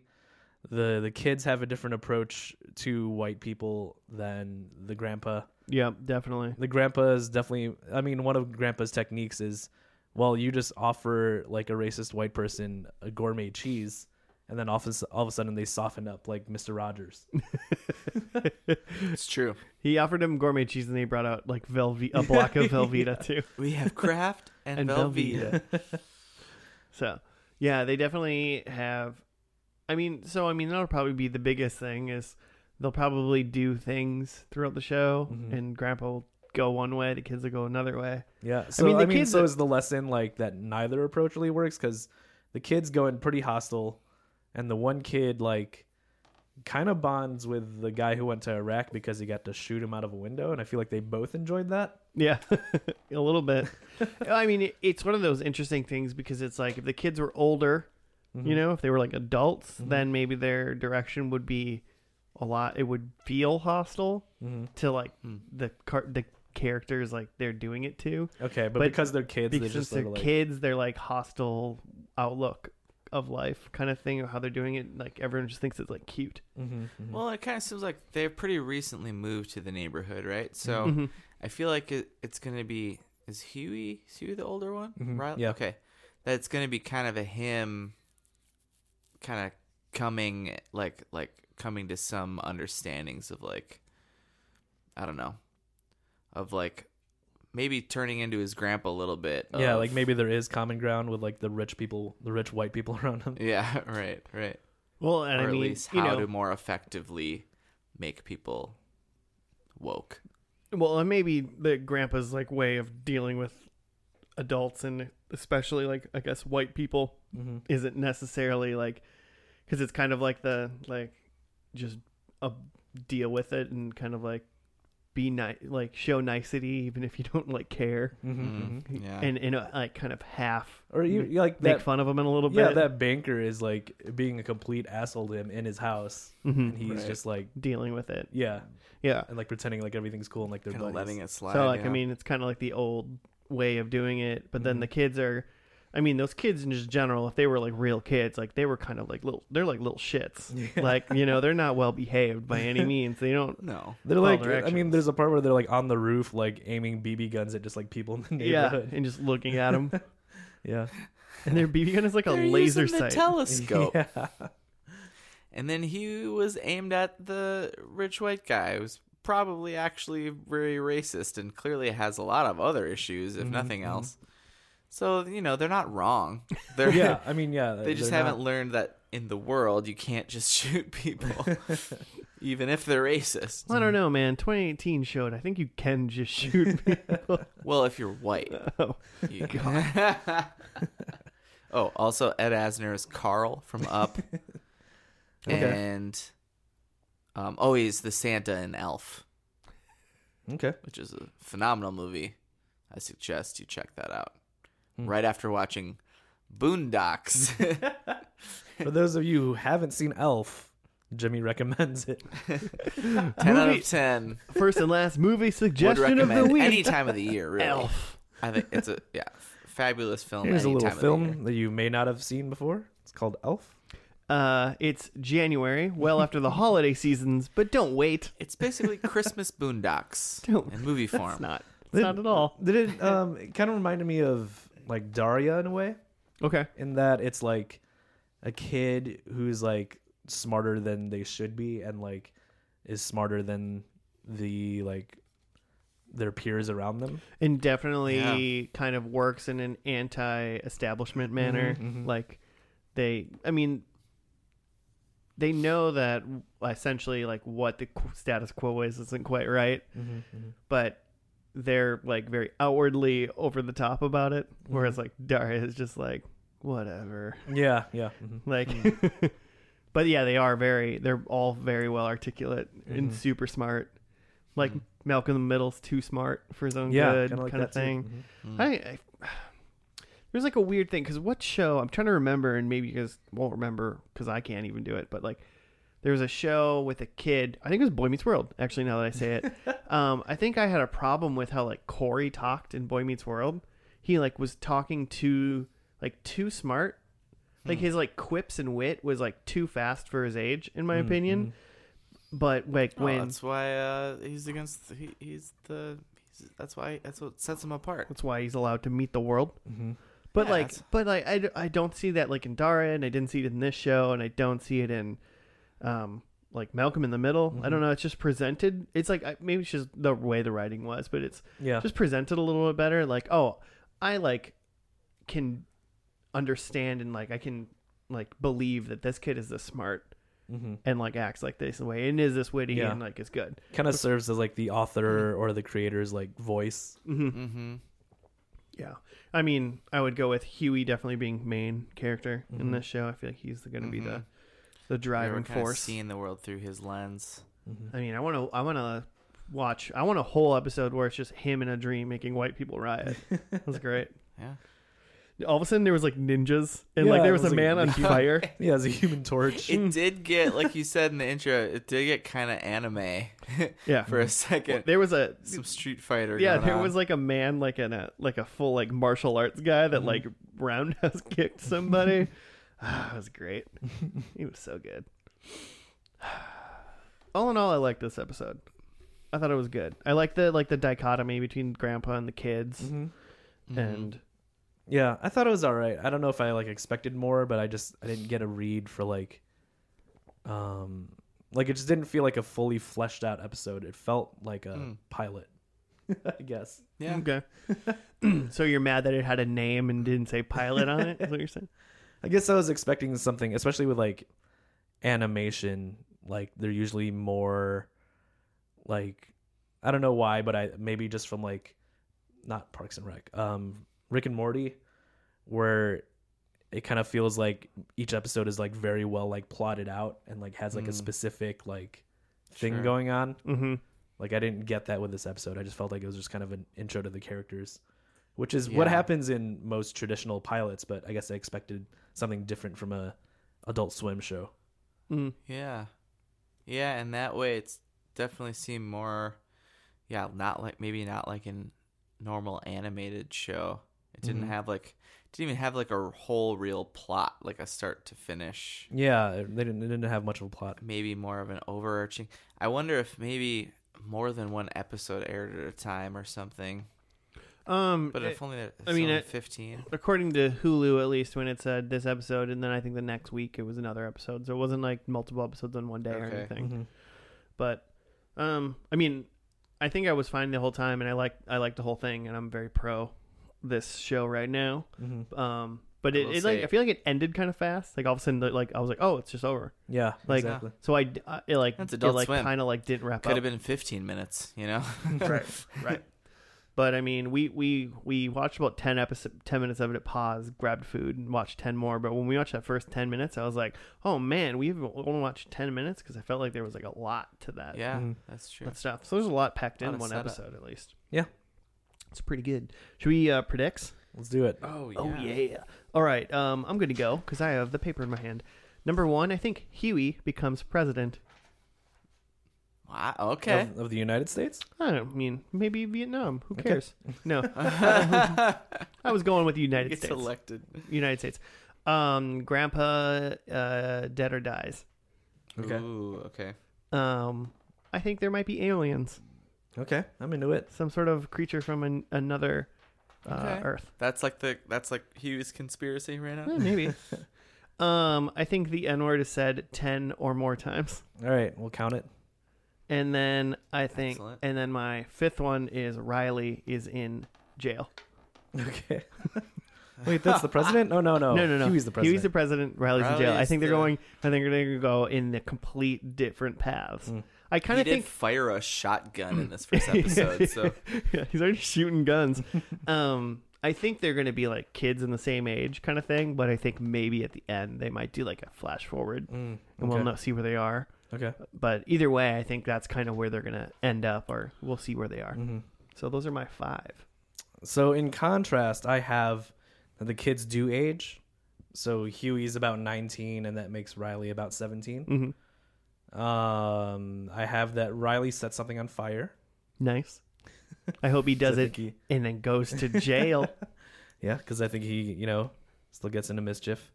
S2: The the kids have a different approach to white people than the grandpa
S1: Yeah, definitely.
S2: the grandpa is definitely i mean one of grandpa's techniques is well you just offer like a racist white person a gourmet cheese and then all of a, all of a sudden they soften up like mr rogers
S3: It's true.
S1: He offered him gourmet cheese, and they brought out like Velve- a block of Velveeta too,
S3: We have Kraft and,
S1: and
S3: Velveeta.
S1: Velveeta. So yeah, they definitely have. I mean, so I mean that'll probably be the biggest thing is they'll probably do things throughout the show,
S3: Mm-hmm.
S2: Mhm.
S1: and Grandpa will go one way, the kids will go another way.
S2: Yeah. So I
S1: mean,
S2: mean,
S1: the
S2: I mean
S1: kids
S2: so
S1: that-
S2: is the lesson like that neither approach really works because the kids go in pretty hostile, and the one kid like kind of bonds with the guy who went to Iraq because he got to shoot him out of a window, and I feel like they both enjoyed that.
S1: Yeah, a little bit. I mean, it- it's one of those interesting things because it's like if the kids were older, you
S3: Mm-hmm.
S1: know, if they were like adults, then maybe their direction would be a lot. It would feel hostile to like
S3: Hmm.
S1: the car- the characters like they're doing it to.
S2: Okay, but,
S1: But
S2: because they're kids,
S1: because
S2: they're just
S1: they're
S2: sort of like
S1: kids, they're like hostile outlook of life kind of thing, or how they're doing it. Like everyone just thinks it's like cute.
S2: Mhm, mhm.
S1: Mm-hmm.
S3: Well, it kind of seems like they've pretty recently moved to the neighborhood, right? So
S1: Mhm.
S3: I feel like it, it's going to be is Huey is Huey the older one,
S1: Mm-hmm.
S2: Mhm,
S3: right?
S2: yeah.
S3: Okay, that's going to be kind of a him, kind of coming like like coming to some understandings of like, I don't know, of like maybe turning into his grandpa a little bit.
S2: yeah,
S3: of-
S2: like maybe there is common ground with like the rich people, the rich white people around him.
S3: Yeah, right, right.
S1: Well, and
S3: or
S1: I mean,
S3: at least
S1: you
S3: how
S1: know,
S3: to more effectively make people woke.
S1: Well, and maybe the grandpa's like way of dealing with adults and especially like I guess white people
S2: Mhm.
S1: isn't necessarily like because it's kind of like the like just a deal with it and kind of like be nice like show nicety even if you don't like care
S2: Mhm, mhm.
S3: Mm, Yeah.
S1: and and uh, like kind of half
S2: Or you you like
S1: make
S2: that?
S1: fun of them in a little
S2: Yeah,
S1: bit
S2: that banker is like being a complete asshole to him in his house,
S1: Mhm.
S2: and he's
S3: Right.
S2: just like,
S1: dealing with it
S2: yeah,
S1: yeah
S2: and like pretending like everything's cool and like they're
S3: kind of letting it slide.
S1: So like
S3: yeah.
S1: I mean, it's kind of like the old way of doing it. But then
S2: Mhm.
S1: the kids are, I mean, those kids in just general, if they were like real kids, like they were kind of like little, they're like little shits.
S2: Yeah.
S1: Like you know, they're not well behaved by any means. They don't.
S3: no.
S2: They're
S1: all
S2: like,
S1: their
S2: I mean,
S1: actions.
S2: there's a part where they're like on the roof, like aiming BB guns at just like people in the
S1: Yeah,
S2: neighborhood.
S1: and just looking at them,
S2: Yeah,
S1: and their BB gun is like a
S3: They're
S1: laser
S3: using the
S1: sight.
S3: telescope.
S2: yeah,
S3: And then he was aimed at the rich white guy who's probably actually very racist and clearly has a lot of other issues,
S1: Mm-hmm,
S3: if nothing else. So, you know, they're not wrong. They're,
S2: yeah. I mean, yeah,
S3: they just
S2: they're
S3: haven't
S2: not-
S3: learned that in the world you can't just shoot people, even if they're racist.
S1: I don't know, man. 2018 showed. I think you can just shoot. people.
S3: Well, if you're white.
S1: Oh.
S3: You- oh, also Ed Asner is Carl from Up,
S2: Okay.
S3: and um, oh, he's the Santa in Elf,
S2: Okay,
S3: which is a phenomenal movie. I suggest you check that out right after watching Boondocks.
S2: for those of you who haven't seen Elf, Jimmy recommends it.
S3: ten out
S1: Movie-
S3: of ten.
S1: First and last movie
S3: Would
S1: suggestion of the
S3: recommend
S1: week.
S3: any time of the year. Really.
S1: Elf.
S3: I think it's a yeah, fabulous film.
S2: Here's a
S3: any
S2: little
S3: time of the year.
S2: film that you may not have seen before. It's called Elf.
S1: Uh, it's January, well after the holiday seasons, but don't wait.
S3: It's basically Christmas Boondocks
S1: Don't-
S3: in movie form.
S1: It's not. It's not at all.
S2: Did it? Um, it kind of reminded me of like Daria in a way.
S1: Okay.
S2: in that it's like a kid who's like smarter than they should be and like is smarter than the like their peers around them.
S1: And definitely kind of works in an anti establishment manner. Like they I mean they know that essentially like what the qu- status quo is isn't quite right, but they're like very outwardly over the top about it whereas like Daria is just like whatever.
S2: Yeah, yeah. mhm.
S1: Mm-hmm. Like But yeah, they are very they're all very well articulate and
S2: Mm-hmm.
S1: super smart. Like Malcolm in the Middle's too smart for his own
S2: Yeah,
S1: good
S2: kinda like
S1: kind of
S2: that too.
S1: thing.
S3: Hmm.
S1: I,
S3: Mm-hmm.
S1: I there's like a weird thing because what show I'm trying to remember, and maybe you guys won't remember because I can't even do it. But like, there was a show with a kid. I think it was Boy Meets World. Actually, now that I say it, um, I think I had a problem with how like Corey talked in Boy Meets World. He like was talking too like too smart.
S3: Hmm.
S1: Like his like quips and wit was like too fast for his age, in my opinion. But like
S3: Hmm, Oh,
S1: when
S3: that's why uh, he's against he, he's the he's, that's why that's what sets him apart.
S1: That's why he's allowed to meet the world.
S2: Mm-hmm.
S1: But
S3: Yeah,
S1: like,
S3: that's-
S1: but like, I, d- I don't see that like in Dara, and I didn't see it in this show, and I don't see it in, um, like Malcolm in the Middle. I
S2: Mm-hmm.
S1: don't know. It's just presented. It's like I- maybe it's just the way the writing was, but it's
S2: Yeah.
S1: just presented a little bit better. Like, oh, I like can understand and like I can like believe that this kid is this smart
S2: mm-hmm.
S1: and like acts like this way and is this witty
S2: Yeah.
S1: and like is good.
S2: Kind of serves as like the author or the creator's like voice.
S3: Mm-hmm.
S1: Yeah. I mean, I would go with Huey definitely being main character
S2: Mm-hmm.
S1: in this show. I feel like he's going to be the the driving force.
S3: seeing the world through his lens.
S1: I mean, I want to I want to watch I want a whole episode where it's just him in a dream making white people riot. That was great.
S3: Yeah.
S1: All of a sudden there was like ninjas and like
S2: Yeah,
S1: there
S2: it
S1: was,
S2: was,
S1: a
S2: like,
S1: man on fire.
S2: Yeah, as a human torch. Mm-hmm.
S3: It did get, like you said in the intro, it did get kind of anime
S1: Yeah.
S3: for a second.
S1: there was a
S3: Some Street Fighter.
S1: yeah,
S3: going
S1: there
S3: on.
S1: was like a man like in a like a full like martial arts guy
S3: Mm-hmm.
S1: that like roundhouse kicked somebody. Ah, it was great. he was so good. all in all, I liked this episode. I thought it was good. I like the like the dichotomy between grandpa and the kids
S2: Mhm.
S3: Mm-hmm.
S1: and
S2: Yeah, I thought it was all right. I don't know if I like expected more, but I just I didn't get a read for like, um, like it just didn't feel like a fully fleshed out episode. It felt like a pilot, I guess.
S3: yeah.
S1: okay. so you're mad that it had a name and didn't say pilot on it? Is what you're saying?
S2: I guess I was expecting something, especially with like animation. Like they're usually more like I don't know why, but I maybe just from like not Parks and Rec, um, Rick and Morty, where it kind of feels like each episode is like very well like plotted out and like has like a specific like thing
S3: Sure.
S2: going on.
S1: Mm-hmm.
S2: Like I didn't get that with this episode. I just felt like it was just kind of an intro to the characters, which is what
S3: Yeah.
S2: happens in most traditional pilots. But I guess I expected something different from a Adult Swim show.
S1: Mm.
S3: Yeah. Yeah, and that way it's definitely seemed more yeah, not like maybe not like in normal animated show. It didn't
S2: Mhm.
S3: have like didn't even have like a whole real plot, like a start to finish.
S2: Yeah, it- they didn't, they didn't have much of a plot.
S3: Maybe more of an overarching I wonder if maybe more than one episode aired at a time or something.
S1: Um,
S3: But
S1: it-
S3: if only
S1: I mean, it-
S3: fifteen.
S1: according to Hulu, at least when it said this episode, and then I think the next week it was another episode. So it wasn't like multiple episodes in one day or
S3: Okay.
S1: anything.
S2: Mhm.
S1: But um, I mean, I think I was fine the whole time, and I like I like the whole thing, and I'm very pro this show right now.
S2: Mhm.
S1: Um, but
S3: I
S1: it,
S3: will
S1: it like
S3: say-
S1: I feel like it ended kind of fast. Like all of a sudden, like I was like, oh, it's just over.
S2: Yeah,
S1: Like
S2: exactly.
S1: so, I I- it like
S3: That's
S1: it
S3: Adult
S1: like
S3: Swim.
S1: kind of like didn't wrap
S3: Could
S1: up.
S3: have been fifteen minutes, you know?
S1: right, right. But I mean, we we we watched about ten episode, ten minutes of it. At pause, grabbed food, and watched ten more. But when we watched that first ten minutes, I was like, "Oh man, we've only watched ten minutes," because I felt like there was like a lot to that,
S3: yeah,
S2: Mhm.
S3: that's true.
S1: that stuff. So there's a lot packed
S3: Lot
S1: in
S3: of
S1: one
S3: setup.
S1: episode, at least.
S2: Yeah.
S1: it's pretty good. Should we uh, predict?
S2: Let's do it.
S3: Oh yeah.
S1: Oh yeah. All right, um, I'm gonna go because I have the paper in my hand. Number one, I think Huey becomes president.
S3: Wow, okay.
S2: Of, of the United States.
S1: I don't mean maybe Vietnam. Who
S2: Okay.
S1: cares? No, I was going with the United
S3: Gets
S1: States.
S3: elected.
S1: United States. Um, grandpa uh, dead or dies.
S2: Okay.
S3: Ooh, okay.
S1: Um, I think there might be aliens,
S2: Okay, I'm into it.
S1: some sort of creature from an, another uh,
S3: Okay.
S1: Earth.
S3: That's like the that's like Hugh's conspiracy right
S1: Eh,
S3: now.
S1: maybe. um, I think the N word is said ten or more times,
S2: All right, we'll count it.
S1: and then I think,
S3: Excellent.
S1: and then my fifth one is Riley is in jail.
S2: Okay. Wait, that's the president? Oh, No, no,
S1: no,
S2: no.
S1: no, no.
S2: Huey's the president.
S1: Huey's the president. Riley's in jail. I
S3: Riley's
S1: think they're
S3: the-
S1: going. I think they're going to go in the complete different paths. I kind
S3: He
S1: of
S3: did
S1: think
S3: fire a shotgun in this first episode, so
S1: yeah, he's already shooting guns. um, I think they're going to be like kids in the same age kind of thing, but I think maybe at the end they might do like a flash forward
S2: Mm,
S1: and we'll
S2: okay.
S1: not see where they are.
S2: Okay.
S1: But either way, I think that's kind of where they're going to end up, or we'll see where they are.
S2: Mhm.
S1: So those are my five.
S2: So in contrast, I have the kids do age. So Huey's about 19 and that makes Riley about 17.
S1: Mhm.
S2: Um I have that Riley set something on fire.
S1: Nice. I hope he does
S2: I
S1: it
S2: think he-
S1: and then goes to jail.
S2: Yeah, cuz I think he, you know, still gets into mischief.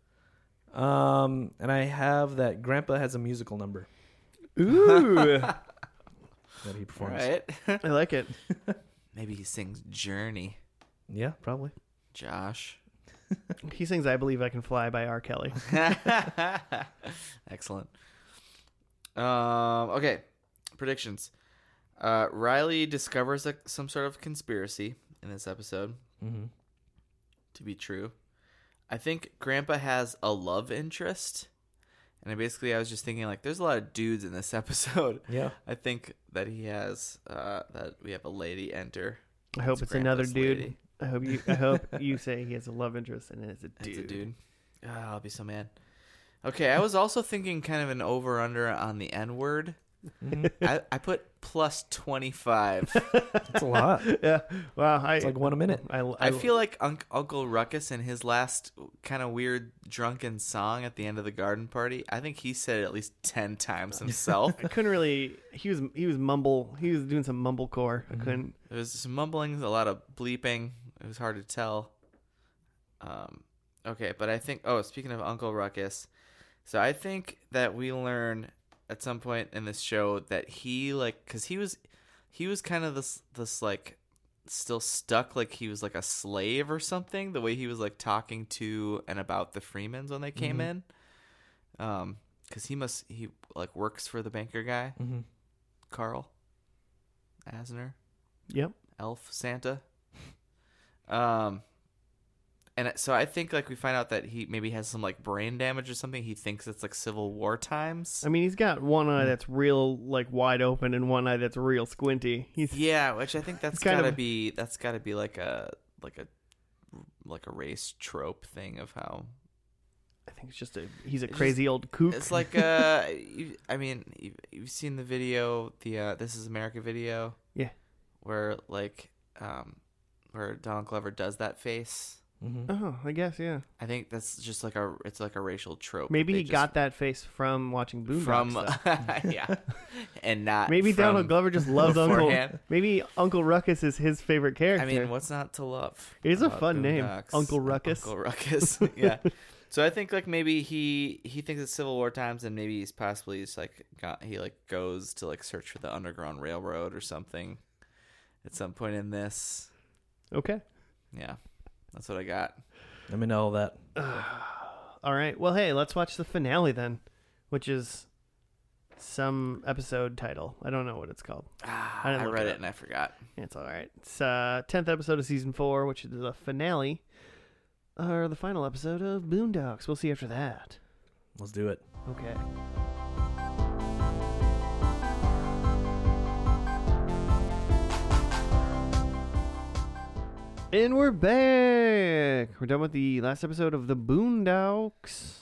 S2: Um and I have that grandpa has a musical number
S1: Ooh,
S2: that he
S3: all
S2: performs.
S3: right.
S1: I like it.
S3: Maybe he sings Journey,
S2: Yeah, probably.
S3: Josh.
S1: He sings "I Believe I Can Fly" by R. Kelly.
S3: Excellent. Um, okay, predictions. Uh, Riley discovers a,
S2: Mm-hmm.
S3: some sort of conspiracy in this episode
S2: Mhm.
S3: to be true. I think Grandpa has a love interest, and I basically I was just thinking like, there's a lot of dudes in this episode.
S2: Yeah.
S3: I think that he has uh, that we have a lady enter.
S1: I hope
S3: It's
S1: it's, another
S3: Grandpa's
S1: dude.
S3: lady.
S1: I hope you. I hope you say he has a love interest and it's a
S3: It's
S1: dude.
S3: a dude. Ah, I'll be so mad. Okay, I was also thinking kind of an over under on the N word.
S2: Mm-hmm.
S3: I, I put plus twenty five.
S2: It's a lot. It's
S1: Yeah. Wow. I.
S2: like one a minute.
S1: I, I,
S3: I feel like Unc- Uncle Ruckus and his last kind of weird drunken song at the end of the garden party. I think he said it at least ten times himself.
S1: I couldn't really. He was. He was mumble. He was doing some mumblecore.
S3: Mm-hmm.
S1: I couldn't.
S3: there was some mumblings, a lot of bleeping. It was hard to tell. Um, okay, but I think. Oh, speaking of Uncle Ruckus, so I think that we learn at some point in this show that he like because he was he was kind of this this like still stuck like he was like a slave or something the way he was like talking to and about the freemans when they came in um because he must he like works for the banker guy
S2: Mhm.
S3: carl asner
S1: Yep.
S3: elf Santa. Um, and so I think like we find out that he maybe has some like brain damage or something. He thinks it's like Civil War times.
S1: I mean, he's got one
S3: Mm.
S1: eye that's real, like wide open, and one eye that's real squinty. He's
S3: yeah, which I think that's
S1: It's kind
S3: gotta
S1: of-
S3: be that's gotta be like a like a like a race trope thing of how
S1: I think it's just a. He's a
S3: It's
S1: crazy old kook.
S3: it's like uh you, I mean you, you've seen the video the uh, This Is America video
S1: Yeah.
S3: where like um where Donald Glover does that face.
S2: Mhm.
S1: Oh, I guess yeah.
S3: I think that's just like a it's like a racial trope. that
S1: Maybe
S3: they
S1: he
S3: just
S1: got that face from watching Boondocks.
S3: from
S1: though.
S3: yeah, and not
S1: Maybe
S3: from
S1: Donald Glover just loves Uncle.
S3: beforehand.
S1: Maybe Uncle Ruckus is his favorite character.
S3: I mean, what's not to love?
S1: It is a
S3: about
S1: fun name,
S3: Boondocks?
S1: Uncle Ruckus.
S3: Uncle Ruckus. yeah. So I think like maybe he he thinks it's Civil War times, and maybe he's possibly just like got he like goes to like search for the Underground Railroad or something at some point in this.
S1: okay.
S3: Yeah, that's what I got.
S2: Let me know all that.
S1: All right. Well, hey, let's watch the finale then, which is some episode title. I don't know what it's called.
S3: Ah,
S1: I
S3: I,
S1: didn't look
S3: read
S1: it
S3: it,
S1: up.
S3: and I forgot.
S1: It's all right. It's uh tenth episode of season four, which is the finale, or the final episode of Boondocks. We'll see after that.
S2: Let's do it.
S1: Okay. And we're back. We're done with the last episode of the Boondocks.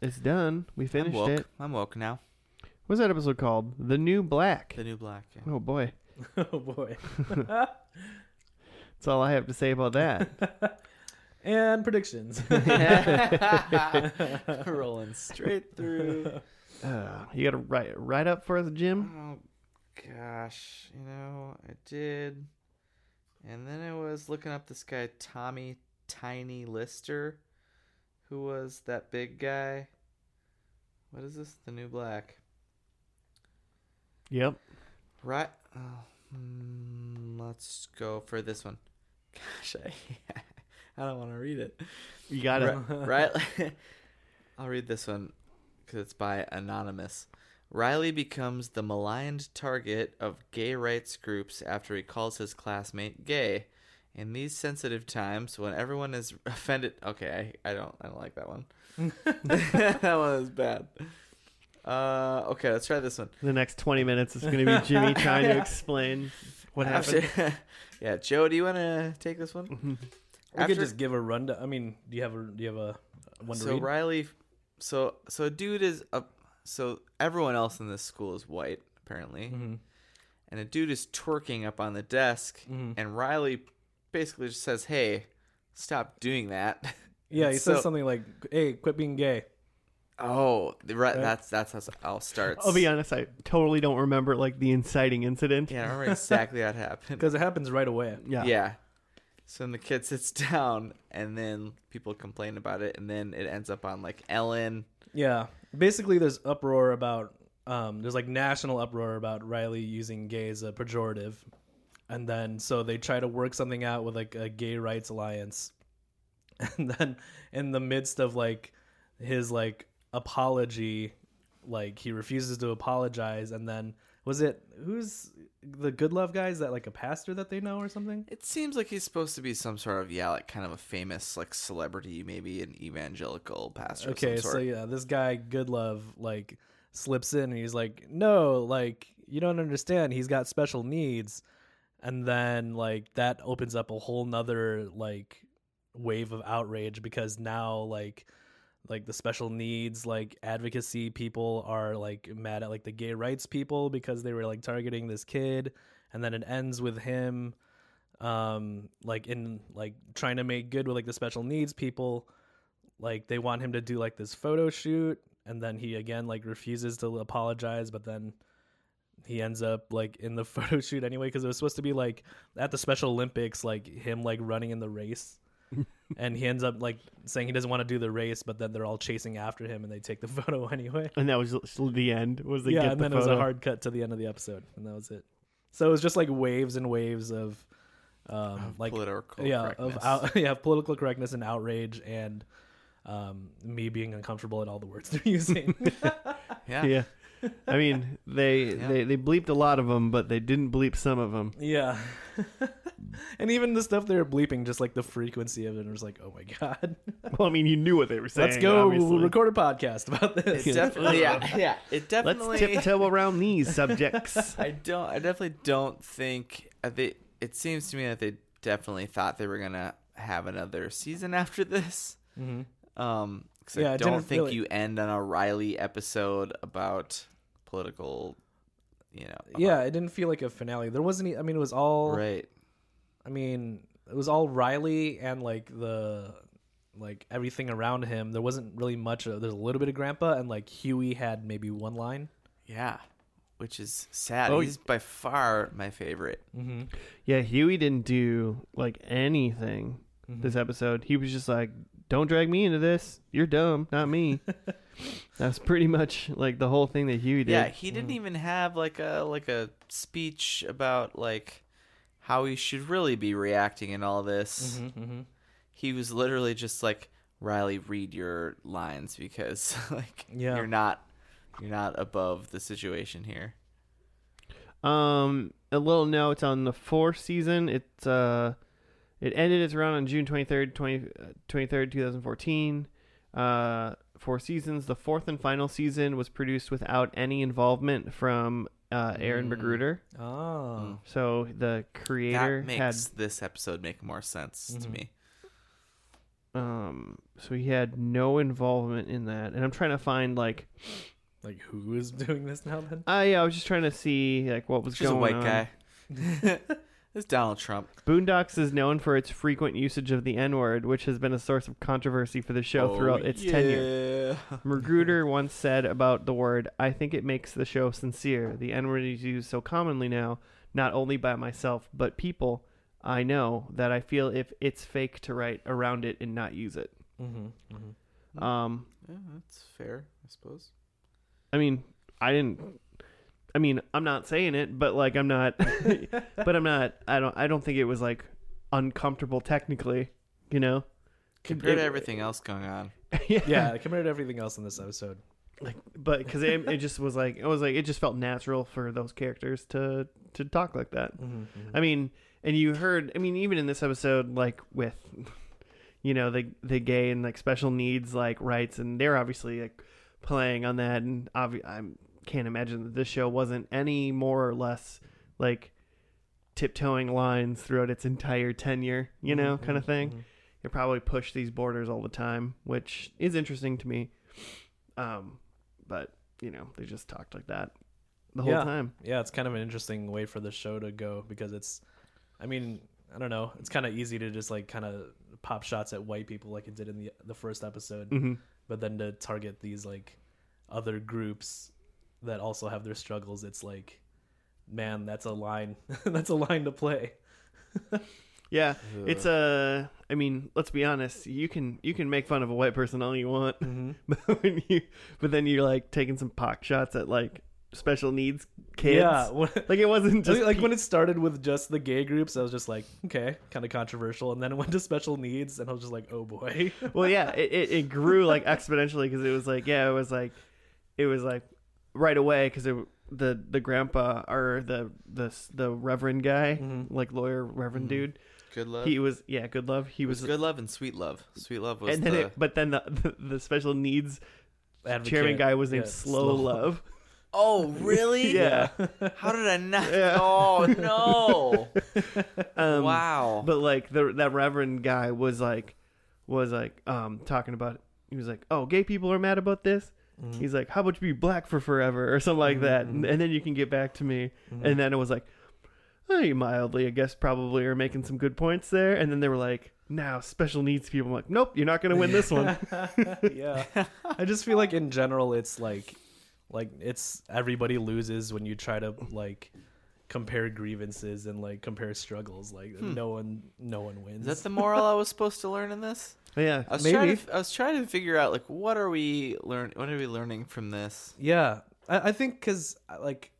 S1: It's done. We
S3: I'm
S1: finished
S3: woke.
S1: it.
S3: I'm woke now.
S1: What's that episode called? The New Black.
S3: The new black. yeah.
S1: Oh boy,
S2: oh boy.
S1: that's all I have to say about that.
S2: and predictions.
S3: Rolling straight through.
S1: uh, you got to write write up for us, Jim.
S3: Oh gosh, you know I did, and then I was looking up this guy Tommy Tiny Lister, who was that big guy. What is this? The new black.
S1: Yep.
S3: Right. Oh, mm, let's go for this one. Gosh, I, I don't want to read it.
S1: You got it.
S3: right? I'll read this one because it's by Anonymous. Riley becomes the maligned target of gay rights groups after he calls his classmate gay. In these sensitive times, when everyone is offended, okay, I, I don't, I don't like that one. that one is bad. Uh, okay, let's try this one.
S1: The next twenty minutes is going to be Jimmy trying to explain what happened. Mm-hmm.
S3: After- yeah, Joe, do you want to take this one?
S2: We could just give a rundown. I mean, do you have a do you have a one to
S3: so
S2: read?
S3: Riley, so so a dude is a so everyone else in this school is white apparently,
S1: Mm-hmm.
S2: Mm-hmm,
S3: and a dude is twerking up on the desk,
S1: Mm-hmm.
S2: mm-hmm.
S3: and Riley basically just says, "Hey, stop doing that."
S2: Yeah, he
S3: so-
S2: says something like, "Hey, quit being gay."
S3: oh, the- right, that's that's how I'll start.
S1: I'll be honest, I totally don't remember like the inciting incident.
S3: Yeah, I remember exactly how it happened.
S2: Because it happens right away.
S1: Yeah.
S3: Yeah. So then the kid sits down, and then people complain about it, and then it ends up on like Ellen.
S2: Yeah. Basically, there's uproar about, um, there's like national uproar about Riley using gay as a pejorative. And then, so they try to work something out with like a gay rights alliance. And then, in the midst of like his like apology, like he refuses to apologize. And then Was it who's the good love guy? Is that like a pastor that they know or something?
S3: It seems like he's supposed to be some sort of yeah, like kind of a famous like celebrity, maybe an evangelical pastor.
S2: Okay,
S3: of some
S2: so
S3: sort.
S2: yeah, this guy good love like slips in and he's like, "No, like you don't understand. He's got special needs." And then like that opens up a whole nother like wave of outrage because now like like the special needs like advocacy people are like mad at like the gay rights people because they were like targeting this kid and then it ends with him um like in like trying to make good with like the special needs people like they want him to do like this photo shoot and then he again like refuses to apologize but then he ends up like in the photo shoot anyway because it was supposed to be like at the special olympics like him like running in the race and he ends up like saying he doesn't want to do the race but then they're all chasing after him and they take the photo anyway
S1: and that was just the end. Was the
S2: yeah
S1: get
S2: and
S1: the
S2: then it was
S1: photo.
S2: a hard cut to the end of the episode and that was it so it was just like waves and waves of um like
S3: political
S2: yeah of
S3: correctness.
S2: out, yeah of political correctness and outrage and um me being uncomfortable at all the words they're using
S3: yeah.
S1: Yeah, I mean they
S3: Yeah.
S1: they they bleeped a lot of them, but they didn't bleep some of them.
S2: yeah and even the stuff they were bleeping just like the frequency of it it was like oh my god
S1: Well, I mean you knew what they were saying.
S2: let's go
S1: obviously.
S2: record a podcast about this
S3: It definitely yeah, yeah. It
S1: Let's
S3: definitely
S1: tiptoe around these subjects.
S3: I don't. I definitely don't think uh, they. It seems to me that they definitely thought they were gonna have another season after this.
S2: Mhm.
S3: Um, 'cause
S2: Yeah,
S3: I
S2: it
S3: don't
S2: didn't
S3: think
S2: really-
S3: you end on a Riley episode about political. You know. about-
S2: yeah it didn't feel like a finale there wasn't e- i mean it was all
S3: Right.
S2: I mean, it was all Riley and like the like everything around him. There wasn't really much. Of, there's a little bit of Grandpa and like Huey had maybe one line.
S3: Yeah. Which is sad.
S1: Oh,
S3: He's by far my favorite.
S2: Mm-hmm.
S1: yeah, Huey didn't do like anything
S3: Mm-hmm.
S1: this episode. He was just like, "Don't drag me into this. You're dumb, not me." That's pretty much like the whole thing that Huey did.
S3: Yeah, he
S1: Mm-hmm.
S3: didn't even have like a like a speech about like how he should really be reacting in all this.
S2: Mm-hmm.
S3: he was literally just like Riley, read your lines because like
S2: Yeah.
S3: you're not you're not above the situation here.
S1: Um, a little note on the fourth season. It uh, it ended its run on June 23rd, 20, uh, 23rd, 2014. Uh, four seasons. The fourth and final season was produced without any involvement from uh, Aaron Magruder.
S2: Oh,
S1: So the creator
S3: Mm. that
S1: had Mm-hmm.
S3: makes this episode make more sense to
S2: Mhm.
S3: me.
S1: um, so he had no involvement in that. And I'm trying to find like,
S2: like who is doing this now? Then
S1: I yeah, I was just trying to see like what was
S3: She's a
S1: going
S3: white
S1: on.
S3: guy. it's Donald Trump.
S1: Boondocks is known for its frequent usage of the N word, which has been a source of controversy for the
S3: Oh,
S1: show throughout its tenure. Magruder once said about the word, I think it makes the show sincere. The N word is used so commonly now, not only by myself, but people I know, that I feel if it's fake to write around it and not use it.
S2: mm-hmm.
S1: Um,
S3: Yeah, that's fair, I suppose.
S1: I mean, I didn't. I mean, I'm not saying it, but like, I'm not. but I'm not. I don't. I don't think it was like uncomfortable technically. You know,
S3: Compared to
S1: It-
S3: everything else going on.
S1: yeah.
S2: yeah, compared to everything else in this episode.
S1: Like, but because it, it just was like it was like it just felt natural for those characters to to talk like that.
S2: Mm-hmm.
S1: I mean, and you heard. I mean, even in this episode, like with you know the the gay and like special needs like rights, and they're obviously like playing on that. And obvi- I can't imagine that this show wasn't any more or less like tiptoeing lines throughout its entire tenure. You know, kind of thing. It probably pushed these borders all the time, which is interesting to me. Um, but you know, they just talked like that the whole
S2: Yeah.
S1: time.
S2: Yeah, it's kind of an interesting way for the show to go because it's, I mean, I don't know, it's kind of easy to just like kind of pop shots at white people like it did in the the first episode.
S1: hmm
S2: but then to target these like other groups that also have their struggles it's like man that's a line that's a line to play
S1: Yeah, it's a. I mean, let's be honest. You can you can make fun of a white person all you want,
S2: mm-hmm.
S1: but when you but then you're like taking some pock shots at like special needs kids.
S2: yeah when,
S1: like it wasn't just
S2: like when it started with just the gay groups i was just like okay kind of controversial and then it went to special needs and i was just like oh boy
S1: well, yeah, it, it, it grew like exponentially because it was like yeah, it was like it was like right away because it the the grandpa or the the the reverend guy,
S2: Mhm.
S1: like lawyer reverend dude.
S3: Good love.
S1: He was yeah, good love. He
S3: it was
S1: was,
S3: Uh, good love and sweet love. Sweet love was
S1: and then
S3: the
S1: it, but then the, the special needs
S2: Advocate.
S1: chairman guy was named
S2: Yeah,
S1: Slow, Love.
S3: Oh, really?
S1: yeah.
S3: How did I not?
S1: Yeah.
S3: Oh no!
S1: Um,
S3: wow.
S1: But like the that reverend guy was like was like um talking about he was like, "Oh, gay people are mad about this." He's like, "How about you be black for forever or something like that, and, and then you can get back to me." And then it was like, oh, "You mildly, I guess, probably are making some good points there." And then they were like, "Now special needs people." I'm like, "Nope, you're not going to win this one."
S2: yeah. I just feel like in general it's like like it's everybody loses when you try to like compare grievances and like compare struggles. Like
S1: Hmm.
S2: no one no one wins.
S3: Is that the moral I was supposed to learn in this?
S1: But yeah,
S3: I was
S2: Maybe.
S3: trying to I was trying to figure out like what are we learn what are we learning from this?
S2: yeah. I, I think cuz like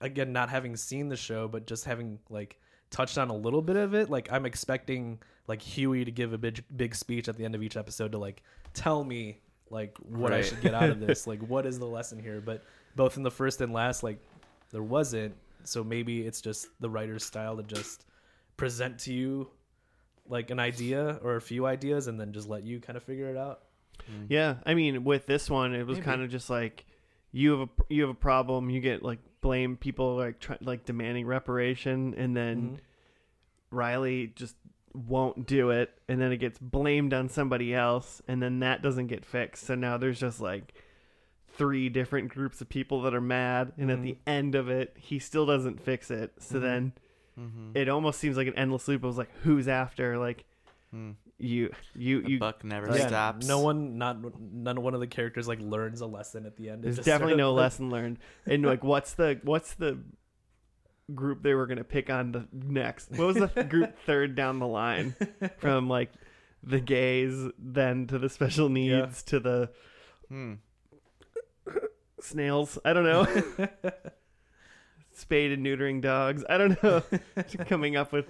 S2: again not having seen the show but just having like touched on a little bit of it, like I'm expecting like Huey to give a big big speech at the end of each episode to like tell me like what I
S3: Right.
S2: should get out of this. like what is the lesson here? But both in the first and last like there wasn't. So maybe it's just the writer's style to just present to you like an idea or a few ideas and then just let you kind of figure it out.
S1: Yeah, I mean, with this one, it was
S3: Maybe.
S1: kind of just like you have a you have a problem. You get like blame people like try, like demanding reparation, and then Riley just won't do it, and then it gets blamed on somebody else, and then that doesn't get fixed. So now there's just like three different groups of people that are mad, and at the end of it, he still doesn't fix it. So then it almost seems like an endless loop. It was like, who's after? Like you, you,
S3: The
S1: you.
S3: buck never
S2: Yeah,
S3: stops.
S2: No one, not none one of the characters like learns a lesson at the end. It
S1: There's
S2: just
S1: definitely
S2: sort of,
S1: no
S2: like,
S1: lesson learned. And like, what's the what's the group they were gonna pick on the next? What was the th- group third down the line from like the gays, then to the special needs,
S2: Yeah.
S1: to the
S3: Hmm.
S1: snails? I don't know. Spade and neutering dogs. I don't know. Coming up with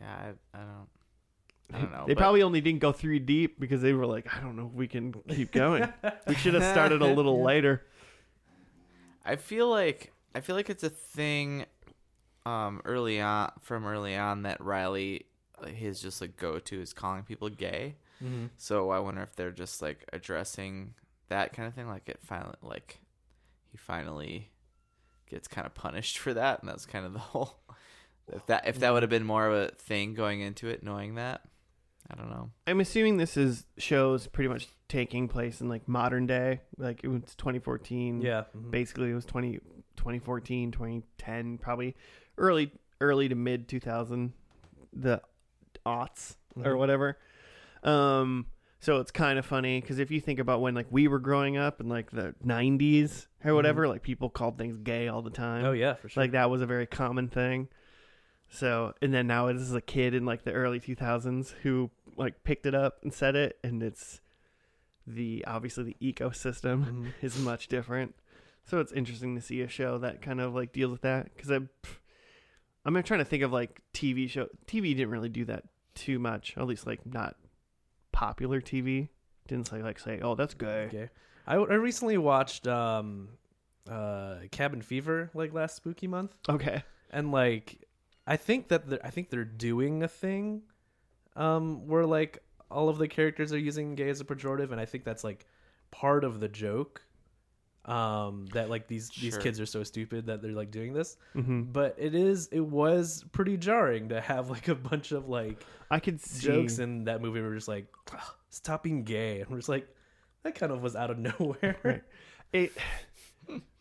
S3: Yeah, I, I don't. I don't know.
S1: they
S3: but-
S1: probably only didn't go three deep because they were like, I don't know if we can keep going. we should have started a little later.
S3: I feel like I feel like it's a thing um early on from early on that Riley his just like go to is calling people gay.
S2: Mhm.
S3: So I wonder if they're just like addressing that kind of thing like it finally like he finally gets kind of punished for that and that's kind of the whole if that if
S1: Mm.
S3: that would have been more of a thing going into it knowing that I don't know.
S1: I'm assuming this is shows pretty much taking place in like modern day, like it was 2014.
S2: Yeah, mhm.
S1: basically it was 20, 2014, 2010, probably early early to mid 2000, the aughts or
S2: Mhm.
S1: whatever. Um, so it's kind of funny because if you think about when like we were growing up in like the 90s or whatever, like people called things gay all the time.
S2: Mm-hmm. Oh yeah, for sure.
S1: Like that was a very common thing. So, and then now this is a kid in like the early 2000s who like picked it up and said it, and it's the obviously the ecosystem
S3: Mm-hmm.
S2: Mhm.
S1: is much different. So it's interesting to see a show that kind of like deals with that because I, I'm trying to think of like TV show. TV didn't really do that too much, at least like not popular TV. Didn't say like say oh that's gay.
S2: Okay. I, I recently watched um uh Cabin Fever like last spooky month
S1: Okay,
S2: and like I think that they're, I think they're doing a thing um where like all of the characters are using gay as a pejorative and I think that's like part of the joke um that like these these
S3: Sure.
S2: kids are so stupid that they're like doing this
S1: hmm
S2: but it is it was pretty jarring to have like a bunch of like
S1: I could see
S2: jokes in that movie were just like "Ugh, stop being gay and we're just like that kind of was out of nowhere
S1: Right. it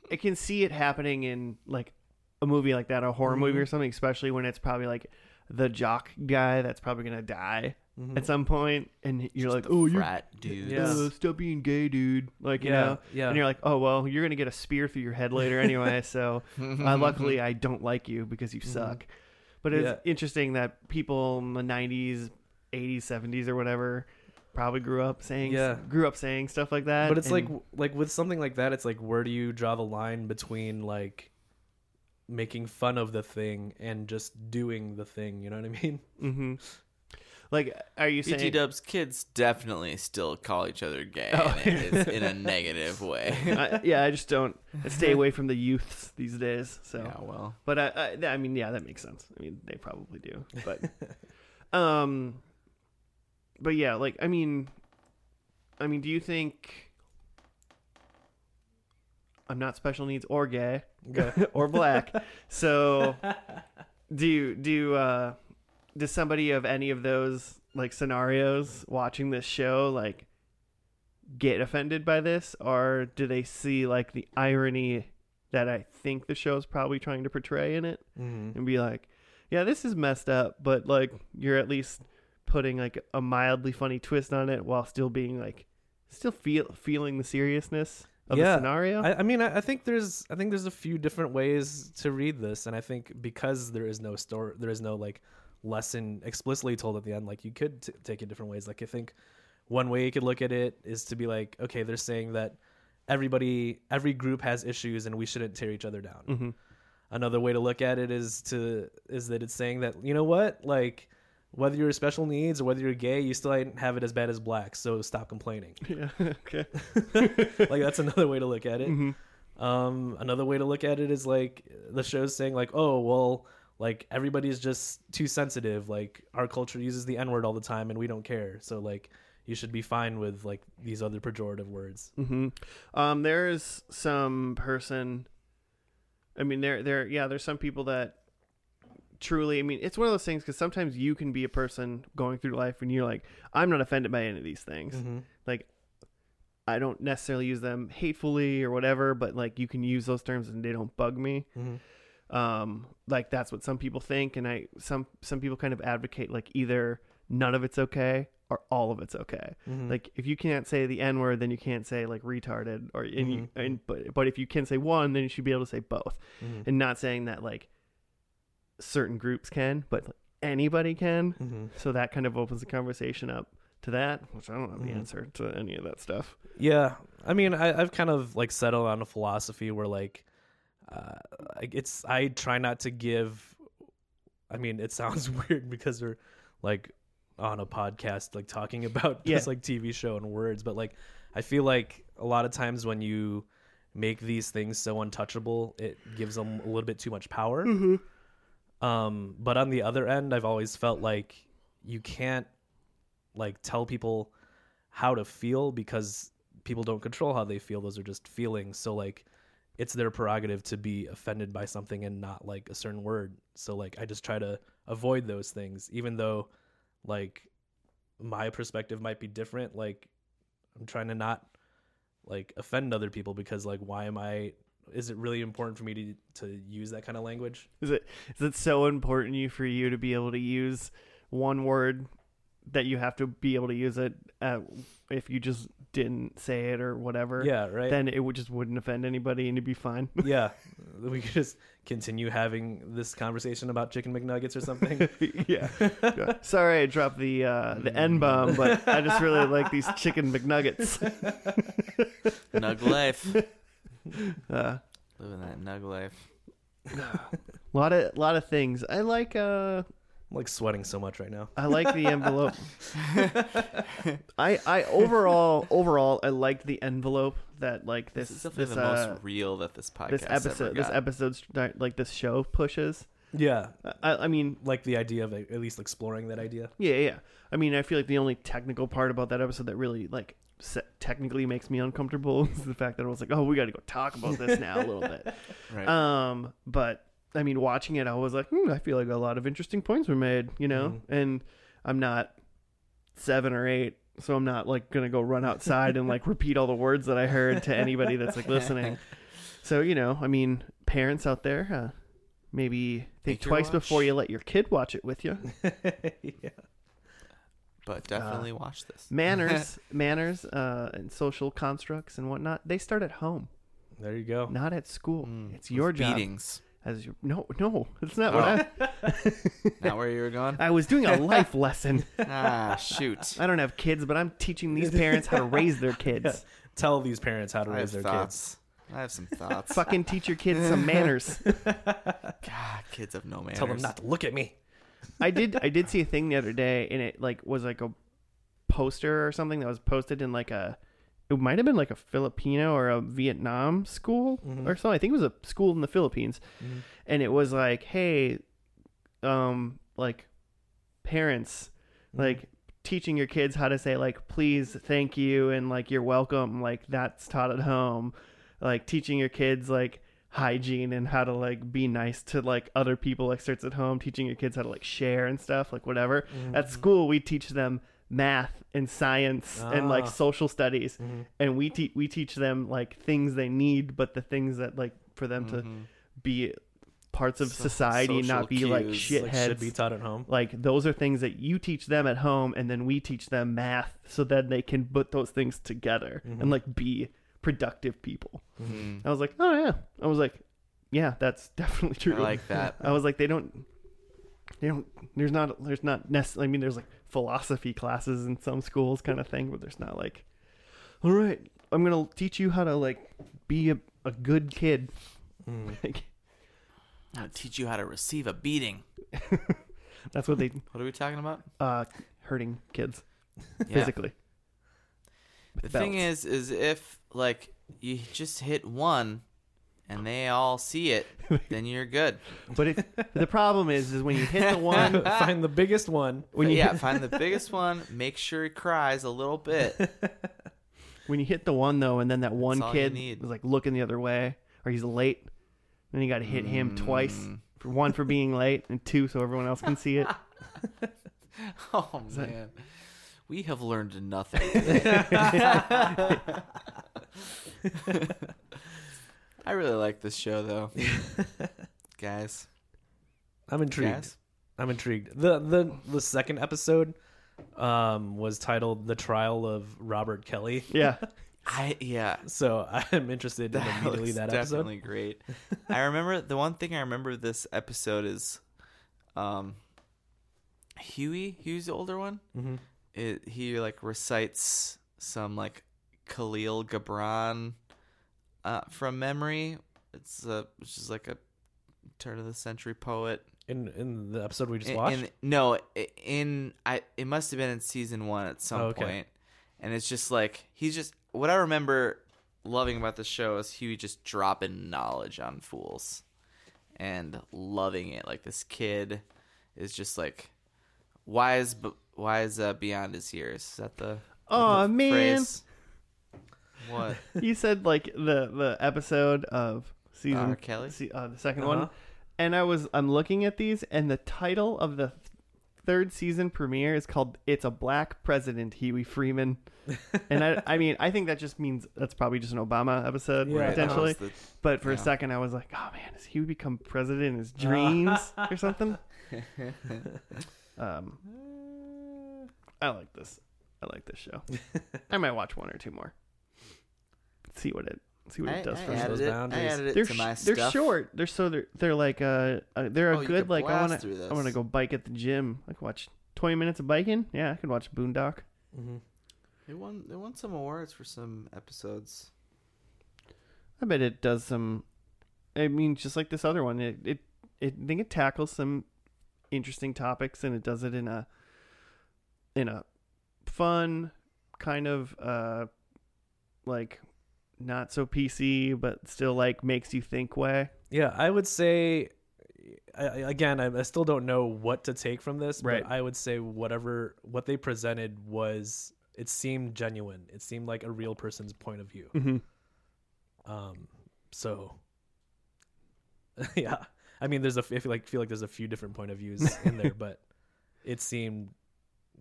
S1: it can see it happening in like a movie like that, a horror
S2: Mm-hmm.
S1: movie or something, especially when it's probably like the jock guy that's probably gonna die
S2: Mm-hmm.
S1: at some point, and you're like, oh, you
S3: Frat dude.
S2: Yeah.
S1: uh, stop being gay, dude. Like, you
S2: Yeah,
S1: know,
S2: yeah.
S1: and you're like, oh well, you're gonna get a spear through your head later anyway. so
S2: Mm-hmm.
S1: uh, luckily, I don't like you because you suck. But it's
S2: Yeah.
S1: interesting that people in the '90s, '80s, '70s, or whatever. Probably grew up saying,
S2: Yeah.
S1: grew up saying stuff like that.
S2: but it's like
S1: and-
S2: like with something like that it's like where do you draw the line between like making fun of the thing and just doing the thing you know what i mean
S1: Mm-hmm. Like, are you saying?
S3: BT Dubs kids definitely still call each other gay
S1: Oh.
S3: and it is in a negative way.
S1: I, yeah, I just don't I stay away from the youths these days. So,
S3: Yeah, well,
S1: but I, I, I mean, yeah, that makes sense. I mean, they probably do, but, um, but yeah, like, I mean, I mean, do you think I'm not special needs or gay or black? so, do you do you, uh, does somebody of any of those like scenarios watching this show like get offended by this, or do they see like the irony? That I think the show's probably trying to portray in it
S2: Mhm.
S1: and be like, yeah, this is messed up, but like you're at least putting like a mildly funny twist on it while still being like still feel feeling the seriousness of
S2: Yeah,
S1: the scenario.
S2: I, I mean, I, I think there's, I think there's a few different ways to read this, and I think because there is no story, there is no like lesson explicitly told at the end. Like you could t- take it different ways. Like I think one way you could look at it is to be like, okay, they're saying that everybody, every group has issues, and we shouldn't tear each other down.
S1: Mhm.
S2: Another way to look at it is to is that it's saying that you know what, like whether you're special needs or whether you're gay, you still ain't have it as bad as black. So stop complaining.
S1: yeah. Okay. Mm-hmm.
S2: like that's another way to look at it. Um, another way to look at it is like the show's saying like, oh well, like everybody's just too sensitive. Like our culture uses the N word all the time, and we don't care. So like, you should be fine with like these other pejorative words.
S1: hmm Um, there is some person. I mean, there, there, yeah, there's some people that truly. I mean, it's one of those things because sometimes you can be a person going through life and you're like, I'm not offended by any of these things.
S2: Mm-hmm.
S1: Like, I don't necessarily use them hatefully or whatever, but like you can use those terms and they don't bug me. Um, like that's what some people think, and I some some people kind of advocate like either none of it's okay or all of it's okay. Like if you can't say the N word, then you can't say like retarded or and, you, and but but if you can say one, then you should be able to say both. And not saying that like certain groups can, but like, anybody can. So that kind of opens the conversation up to that, which I don't have the answer to any of that stuff.
S2: Yeah, I mean, I, I've kind of like settled on a philosophy where like, uh, like, it's I try not to give. I mean, it sounds weird because we're like on a podcast, like talking about
S1: Yeah.
S2: this like TV show and words, but like I feel like a lot of times when you make these things so untouchable, it gives them a little bit too much power. Um, but on the other end, I've always felt like you can't like tell people how to feel because people don't control how they feel. Those are just feelings. So like it's their prerogative to be offended by something and not like a certain word. So like I just try to avoid those things, even though like my perspective might be different. Like I'm trying to not like offend other people because like why am I is it really important for me to to use that kind of language?
S1: Is it is it so important you for you to be able to use one word that you have to be able to use it uh, if you just didn't say it or whatever?
S2: Yeah, right.
S1: Then it would just wouldn't offend anybody and it'd be fine.
S2: yeah. We could just continue having this conversation about chicken McNuggets or something.
S1: yeah. Yeah. Sorry, I dropped the uh, the N bomb, but I just really like these chicken McNuggets.
S3: nug life.
S1: Uh,
S3: Living that nug life.
S1: lot of lot of things. I like uh
S2: I'm like sweating so much right now.
S1: I like the envelope. I I overall overall I liked the envelope that like this
S3: This is definitely
S1: this,
S3: the
S1: uh,
S3: most real that this podcast
S1: this
S3: ever
S1: episode this
S3: got.
S1: episode's like this show pushes.
S2: Yeah.
S1: I I mean
S2: Like the idea of at least exploring that idea.
S1: Yeah, yeah. I mean, I feel like the only technical part about that episode that really like se- technically makes me uncomfortable is the fact that I was like, "Oh, we got to go talk about this now a little bit."
S3: Right.
S1: Um, but I mean, watching it, I was like, hmm, "I feel like a lot of interesting points were made," you know.
S3: Mm-hmm.
S1: And I'm not seven or eight, so I'm not like gonna go run outside and like repeat all the words that I heard to anybody that's like listening. So you know, I mean, parents out there, uh, maybe think
S3: Make your
S1: twice
S3: watch.
S1: before you let your kid watch it with you.
S2: yeah.
S3: but
S1: uh,
S3: definitely watch this.
S1: manners manners uh, and social constructs and whatnot they start at home
S2: There you go.
S1: not at school
S3: Mm.
S1: it's your job
S3: Beatings.
S1: as your, no no that's not what
S3: Not where you were going.
S1: I, I was doing a life lesson
S3: ah, shoot.
S1: i don't have kids but i'm teaching these parents how to raise their kids
S2: Tell these parents how to
S3: I have
S2: raise their kids.
S3: thoughts. I have some thoughts.
S1: fucking teach your kids some manners
S3: God, kids have no manners.
S2: Tell them not to look at me.
S1: I did I did see a thing the other day and it like was like a poster or something that was posted in like a it might have been like a Filipino or a Vietnam school or something. I think it was a school in the Philippines.
S3: Mm-hmm.
S1: And it was like, hey, um, like parents, like teaching your kids how to say like please, thank you, and like you're welcome, like that's taught at home. Like teaching your kids like hygiene and how to like be nice to like other people like starts at home teaching your kids how to like share and stuff like whatever
S2: Mm-hmm.
S1: at school we teach them math and science and like
S2: Ah.
S1: social studies
S2: Mm-hmm.
S1: and we teach we teach them like things they need but the things that like for them to
S2: Mm-hmm.
S1: be parts of
S3: So-
S1: society and not be
S3: social
S1: like
S3: cues,
S1: shitheads
S2: Like, should be taught at home.
S1: like those are things that you teach them at home and then we teach them math so then they can put those things together
S3: Mm-hmm.
S1: and like be productive people
S3: Mhm.
S1: i was like oh yeah i was like yeah that's definitely true
S3: I like that.
S1: I was like, they don't, they don't. There's not, there's not necessarily. I mean, there's like philosophy classes in some schools, kind of thing, but there's not like, all right, I'm gonna teach you how to like be a, a good kid.
S2: Mm-hmm.
S1: Like,
S3: I'll teach you how to receive a beating.
S1: that's what they
S3: What are we talking about?
S1: uh hurting kids
S3: Yeah.
S1: physically.
S3: The thing
S1: Belts.
S3: is, is if like you just hit one, and they all see it, then you're good.
S1: But if the problem is, is when you hit the one,
S2: Find the biggest one.
S1: when you
S3: uh, yeah, find the biggest one. Make sure he cries a little bit.
S1: when you hit the one though, and then that one
S3: all you
S1: kid
S3: need.
S1: is like looking the other way, or he's late, then you got to hit him
S3: Mm.
S1: twice. For one for being late, and two so everyone else can see it.
S3: Oh man, we have learned nothing. I really like this show though, guys.
S2: I'm intrigued.
S3: Guys,
S2: I'm intrigued. The the the second episode um was titled The Trial of Robert Kelly.
S1: Yeah.
S3: I yeah.
S2: So I am interested in immediately
S3: looks
S2: that
S3: definitely
S2: episode.
S3: great. I remember the one thing I remember this episode is, um, Huey. Huey's the older one.
S2: Mhm.
S3: It, he like recites some like Khalil Gibran, uh, from memory. It's a which is like a turn of the century poet.
S2: In in the episode we just
S3: In-
S2: watched.
S3: in- no, i- in I it must have been in season one at some
S2: Oh, okay.
S3: point. and it's just like he's just what I remember loving about the show is Huey just dropping knowledge on fools, and loving it. Like this kid is just like wise, b- wise uh, beyond his years. Is that the
S1: Aw,
S3: the
S1: man.
S3: phrase? What
S1: you said like the the episode of season
S3: R. Kelly?
S1: se- uh, the 2nd
S2: Uh-huh.
S1: one, and I was I'm looking at these, and the title of the th- third season premiere is called "It's a Black President Huey Freeman," and I I mean I think that just means that's probably just an Obama episode
S2: Yeah, that
S1: potentially.
S3: That was
S1: But for a
S3: yeah.
S1: second, I was like, oh man, does Huey become president in his dreams or something? um, I like this. I like this show. I might watch one or two more. See what it see
S3: the-
S1: what
S3: I,
S1: it does
S3: I
S1: for me.
S3: added
S2: those
S3: it, I
S2: boundaries.
S3: added it
S1: They're
S3: to
S1: sh-
S3: my
S1: they're
S3: stuff.
S1: short. They're so they're, they're like uh, uh they're a
S3: Oh, you
S1: good
S3: could
S1: like I
S3: blast
S1: want
S3: through
S1: to I
S3: this.
S1: want to go bike at the gym. I could watch twenty minutes of biking. Yeah, I could watch Boondock.
S2: Mm-hmm.
S3: They won. They won some awards for some episodes.
S1: I bet it does some. I mean, just like this other one, it it, it I think it tackles some interesting topics, and it does it in a in a fun kind of uh like not so PC, but still like makes you think way.
S2: Yeah, I would say I, I- again, I, I still don't know what to take from this,
S1: Right.
S2: but I would say whatever what they presented was it seemed genuine. It seemed like a real person's point of view.
S1: Mm-hmm.
S2: Um, so yeah, I mean, there's a I feel like feel like there's a few different point of views in there, but it seemed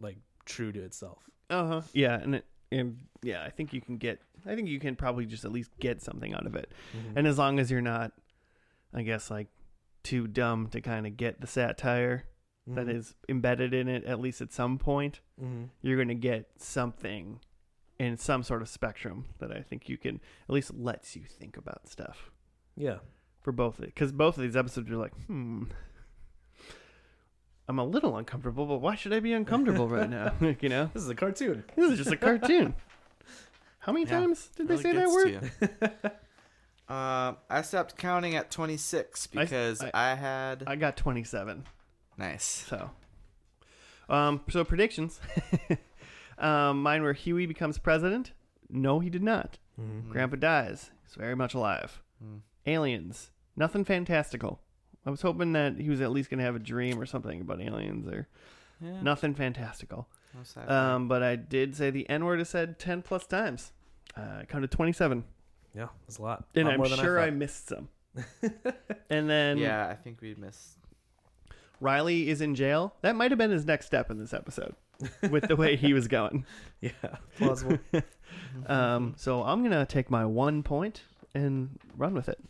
S2: like true to itself.
S1: Uh huh. Yeah, and it, and yeah, I think you can get. I think you can probably just at least get something out of it,
S2: Mm-hmm.
S1: and as long as you're not, I guess, like too dumb to kind of get the satire
S2: Mm-hmm.
S1: that
S3: Mm-hmm.
S1: is embedded in it. At least at some point, you're going to get something in some sort of spectrum that I think you can at least lets you think about stuff
S2: Yeah.
S1: for both of it. Because both of these episodes, you're like, hmm. I'm a little uncomfortable, but why should I be uncomfortable right now? you know,
S2: This is a cartoon.
S1: this is just a cartoon. How many
S3: Yeah,
S1: times did they
S3: really
S1: say that
S3: gets
S1: word?
S3: to you. Uh, Um, I stopped counting at 26 because I,
S1: I-
S3: had.
S1: I got 27.
S3: Nice.
S1: So, um, so predictions. um, mine were Huey becomes president. No, he did not.
S2: Mm-hmm.
S3: Mm.
S1: Grandpa dies. He's very much alive.
S3: Hmm.
S1: Aliens. Nothing fantastical. I was hoping that he was at least going to have a dream or something about aliens or
S3: Yeah.
S1: nothing fantastical.
S3: no sci-fi.
S1: Um, but I did say the N word is said 10 plus times. Uh, I counted 27.
S2: Yeah, that's a lot.
S1: And
S2: Lot
S1: I'm
S2: more than
S1: sure I,
S2: thought.
S1: missed some. and then
S3: yeah, I think we missed.
S1: Riley is in jail. That might have been his next step in this episode with the way he was going.
S2: Yeah, plausible.
S1: Um, so I'm going to take my one point and run with it.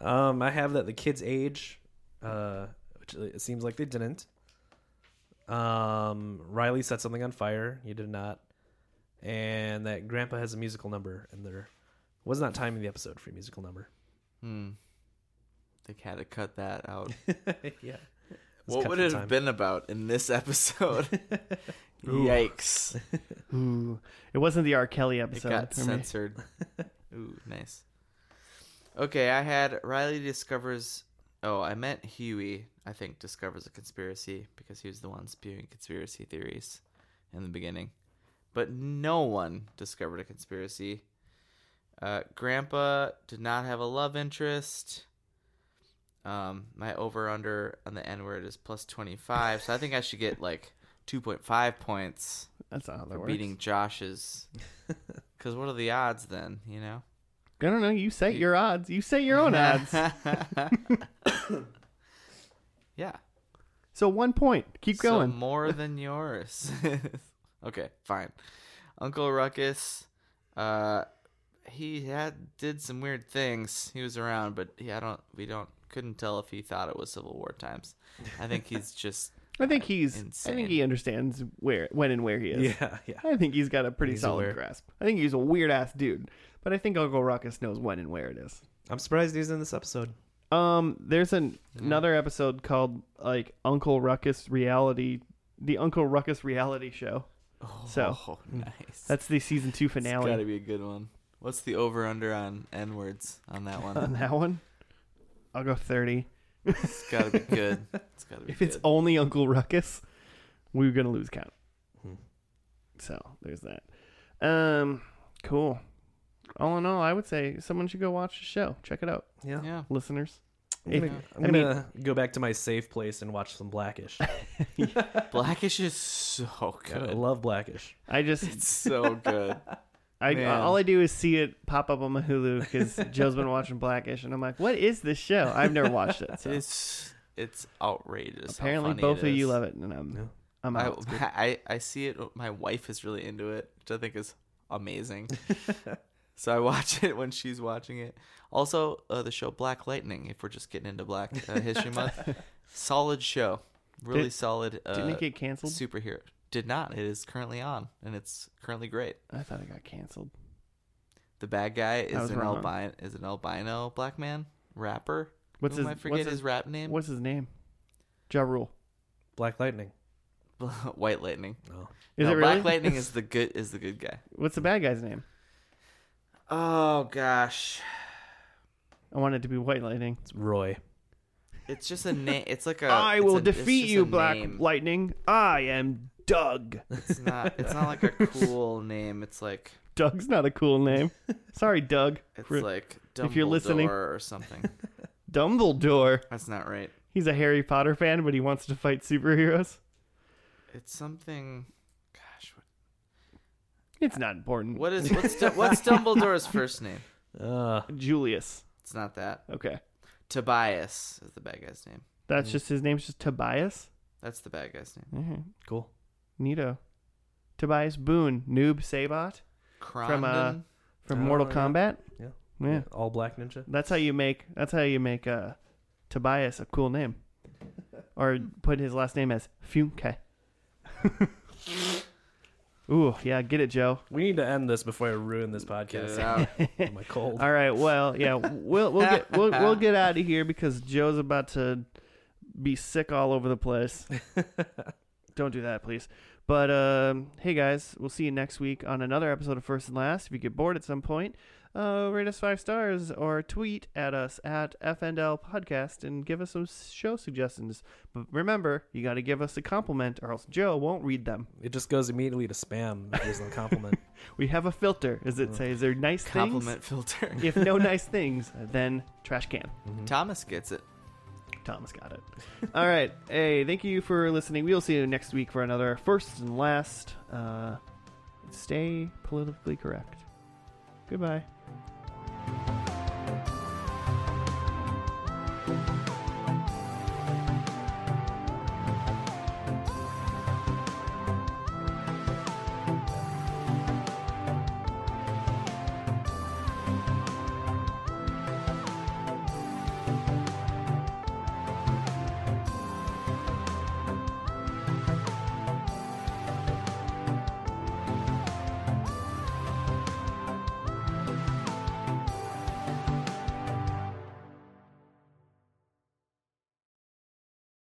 S2: um, I have that the kids age, uh, which it seems like they didn't. Um, Riley set something on fire. You did not, and that Grandpa has a musical number, and there was not time in the episode for a musical number.
S3: Hmm. They had to cut that out.
S2: yeah.
S3: what
S2: cut
S3: would
S2: for
S3: it
S2: time.
S3: have been about in this episode? Yikes!
S1: Ooh. It wasn't the R. Kelly
S3: Hmm. It
S1: episode.
S3: got
S1: for me.
S3: censored. Ooh, nice. Okay, I had Riley discovers. Oh, I meant Huey. I think discovers a conspiracy because he was the one spewing conspiracy theories in the beginning, but no one discovered a conspiracy. Uh, Grandpa did not have a love interest. Um, my over under on the N word is plus twenty five, so I think I should get like two point five points
S1: That's not how that
S3: for
S1: works.
S3: beating Josh's. Because what are the odds then? You know.
S1: I don't know. You set your odds. You set your own odds.
S3: yeah.
S1: So one point. Keep
S3: So
S1: going.
S3: more than yours. okay, fine. Uncle Ruckus, uh, he had did some weird things. He was around, but he, I don't. We don't. Couldn't tell if he thought it was Civil War times. I think he's just.
S1: I think he's. I
S3: Insane.
S1: think he understands where, when, and where he is.
S2: Yeah, yeah.
S1: I think he's got a pretty
S2: He's
S1: solid
S2: aware.
S1: grasp. I think he's a weird ass dude, but I think Uncle Ruckus knows when and where it is.
S2: I'm surprised he's in this episode.
S1: Um, there's an, another episode called like Uncle Ruckus Reality, the Uncle Ruckus Reality Show. So
S3: Oh, nice.
S1: that's the season two
S3: That's got to
S1: finale
S3: be a good one. What's the over under on n words on that one?
S1: on that one. I'll go thirty.
S3: It's gotta be good. It's gotta be
S1: If it's
S3: good.
S1: only Uncle Ruckus, we're gonna lose count.
S2: Hmm.
S1: So there's that. Um, cool. All in all, I would say someone should go watch the show. Check it out,
S2: Yeah.
S3: yeah.
S1: listeners.
S2: I'm
S1: If-
S2: gonna, I'm
S1: I mean-
S2: gonna go back to my safe place and watch some Blackish.
S3: Blackish is so
S2: I
S3: good.
S2: love Blackish.
S1: I just
S3: It's so good.
S1: I uh,
S3: Man.
S1: all I do is see it pop up on my Hulu because Joe's been watching Blackish, and I'm like, "What is this show? I've never watched it." So
S3: It's it's outrageous. how
S1: apparently,
S3: funny
S1: both
S3: it
S1: of you
S3: is.
S1: love it, and I'm
S2: Yeah.
S1: I'm
S3: I,
S1: out.
S3: I I see it. My wife is really into it, which I think is amazing. so I watch it when she's watching it. Also, uh, the show Black Lightning. If we're just getting into Black uh, History Month, solid show. Really
S1: Did-
S3: solid. Uh,
S1: Didn't it get canceled?
S3: superhero. Did not. It is currently on, and it's currently great.
S1: I thought it got canceled.
S3: The bad guy
S1: was
S3: is an
S1: wrong.
S3: albino is an albino black man rapper.
S1: What's
S3: Whom
S1: his
S3: I forget
S1: what's
S3: his,
S1: his,
S3: rap name.
S1: what's his name? Ja Rule.
S2: Black Lightning.
S3: White Lightning.
S2: No.
S1: Is
S3: no,
S1: it really?
S3: Black Lightning is the good is the good guy.
S1: What's the bad guy's name?
S3: Oh gosh,
S1: I want it to be White Lightning.
S2: It's Roy.
S3: it's just a name. It's like a.
S1: I
S3: it's
S1: will
S3: a- it's
S1: defeat
S3: just
S1: you,
S3: a
S1: Black
S3: name.
S1: Lightning. I am Doug.
S3: It's not. It's not like a cool name. It's like
S1: Doug's not a cool name. Sorry, Doug.
S3: it's
S1: For-
S3: like Dumbledore
S1: if you're listening-
S3: or something.
S1: Dumbledore.
S3: That's not right.
S1: He's a Harry Potter fan, but he wants to fight superheroes.
S3: It's something. Gosh, what-
S1: It's not important.
S3: what is what's Du- what's Dumbledore's first name?
S2: Uh,
S1: Julius?
S3: It's not that.
S1: Okay,
S3: Tobias is the bad guy's name.
S1: that's just his name's just Tobias.
S3: That's the bad guy's name.
S1: mm
S2: cool.
S1: Nito. Tobias Boone, noob Sabot
S3: Crondon.
S1: from uh,
S2: Oh,
S1: Mortal
S2: yeah.
S1: Kombat.
S2: Yeah.
S1: yeah,
S2: All Black Ninja.
S1: That's how you make. That's how you make uh, Tobias a cool name, or put his last name as Funke. Ooh, yeah, get it, Joe.
S2: We need to end this before I ruin this
S3: Get
S2: podcast.
S3: it out.
S2: my cold.
S1: All right, well, yeah, we'll we'll get we'll, we'll get out of here because Joe's about to be sick all over the place. Don't do that, please. But um, hey, guys, we'll see you next week on another episode of First and Last. If you get bored at some point, uh, rate us five stars or tweet at us at FNL Podcast and give us some show suggestions. But remember, you got to give us a compliment or else Joe won't read them.
S2: It just goes immediately to spam. There's no compliment.
S1: We have a filter. Is it say, is there nice
S3: Compliment filter.
S1: things? If no nice things, then trash can.
S3: Thomas gets it.
S1: Thomas got it. All right. Hey, thank you for listening. We'll see you next week for another first and last. Uh, stay politically correct. Goodbye.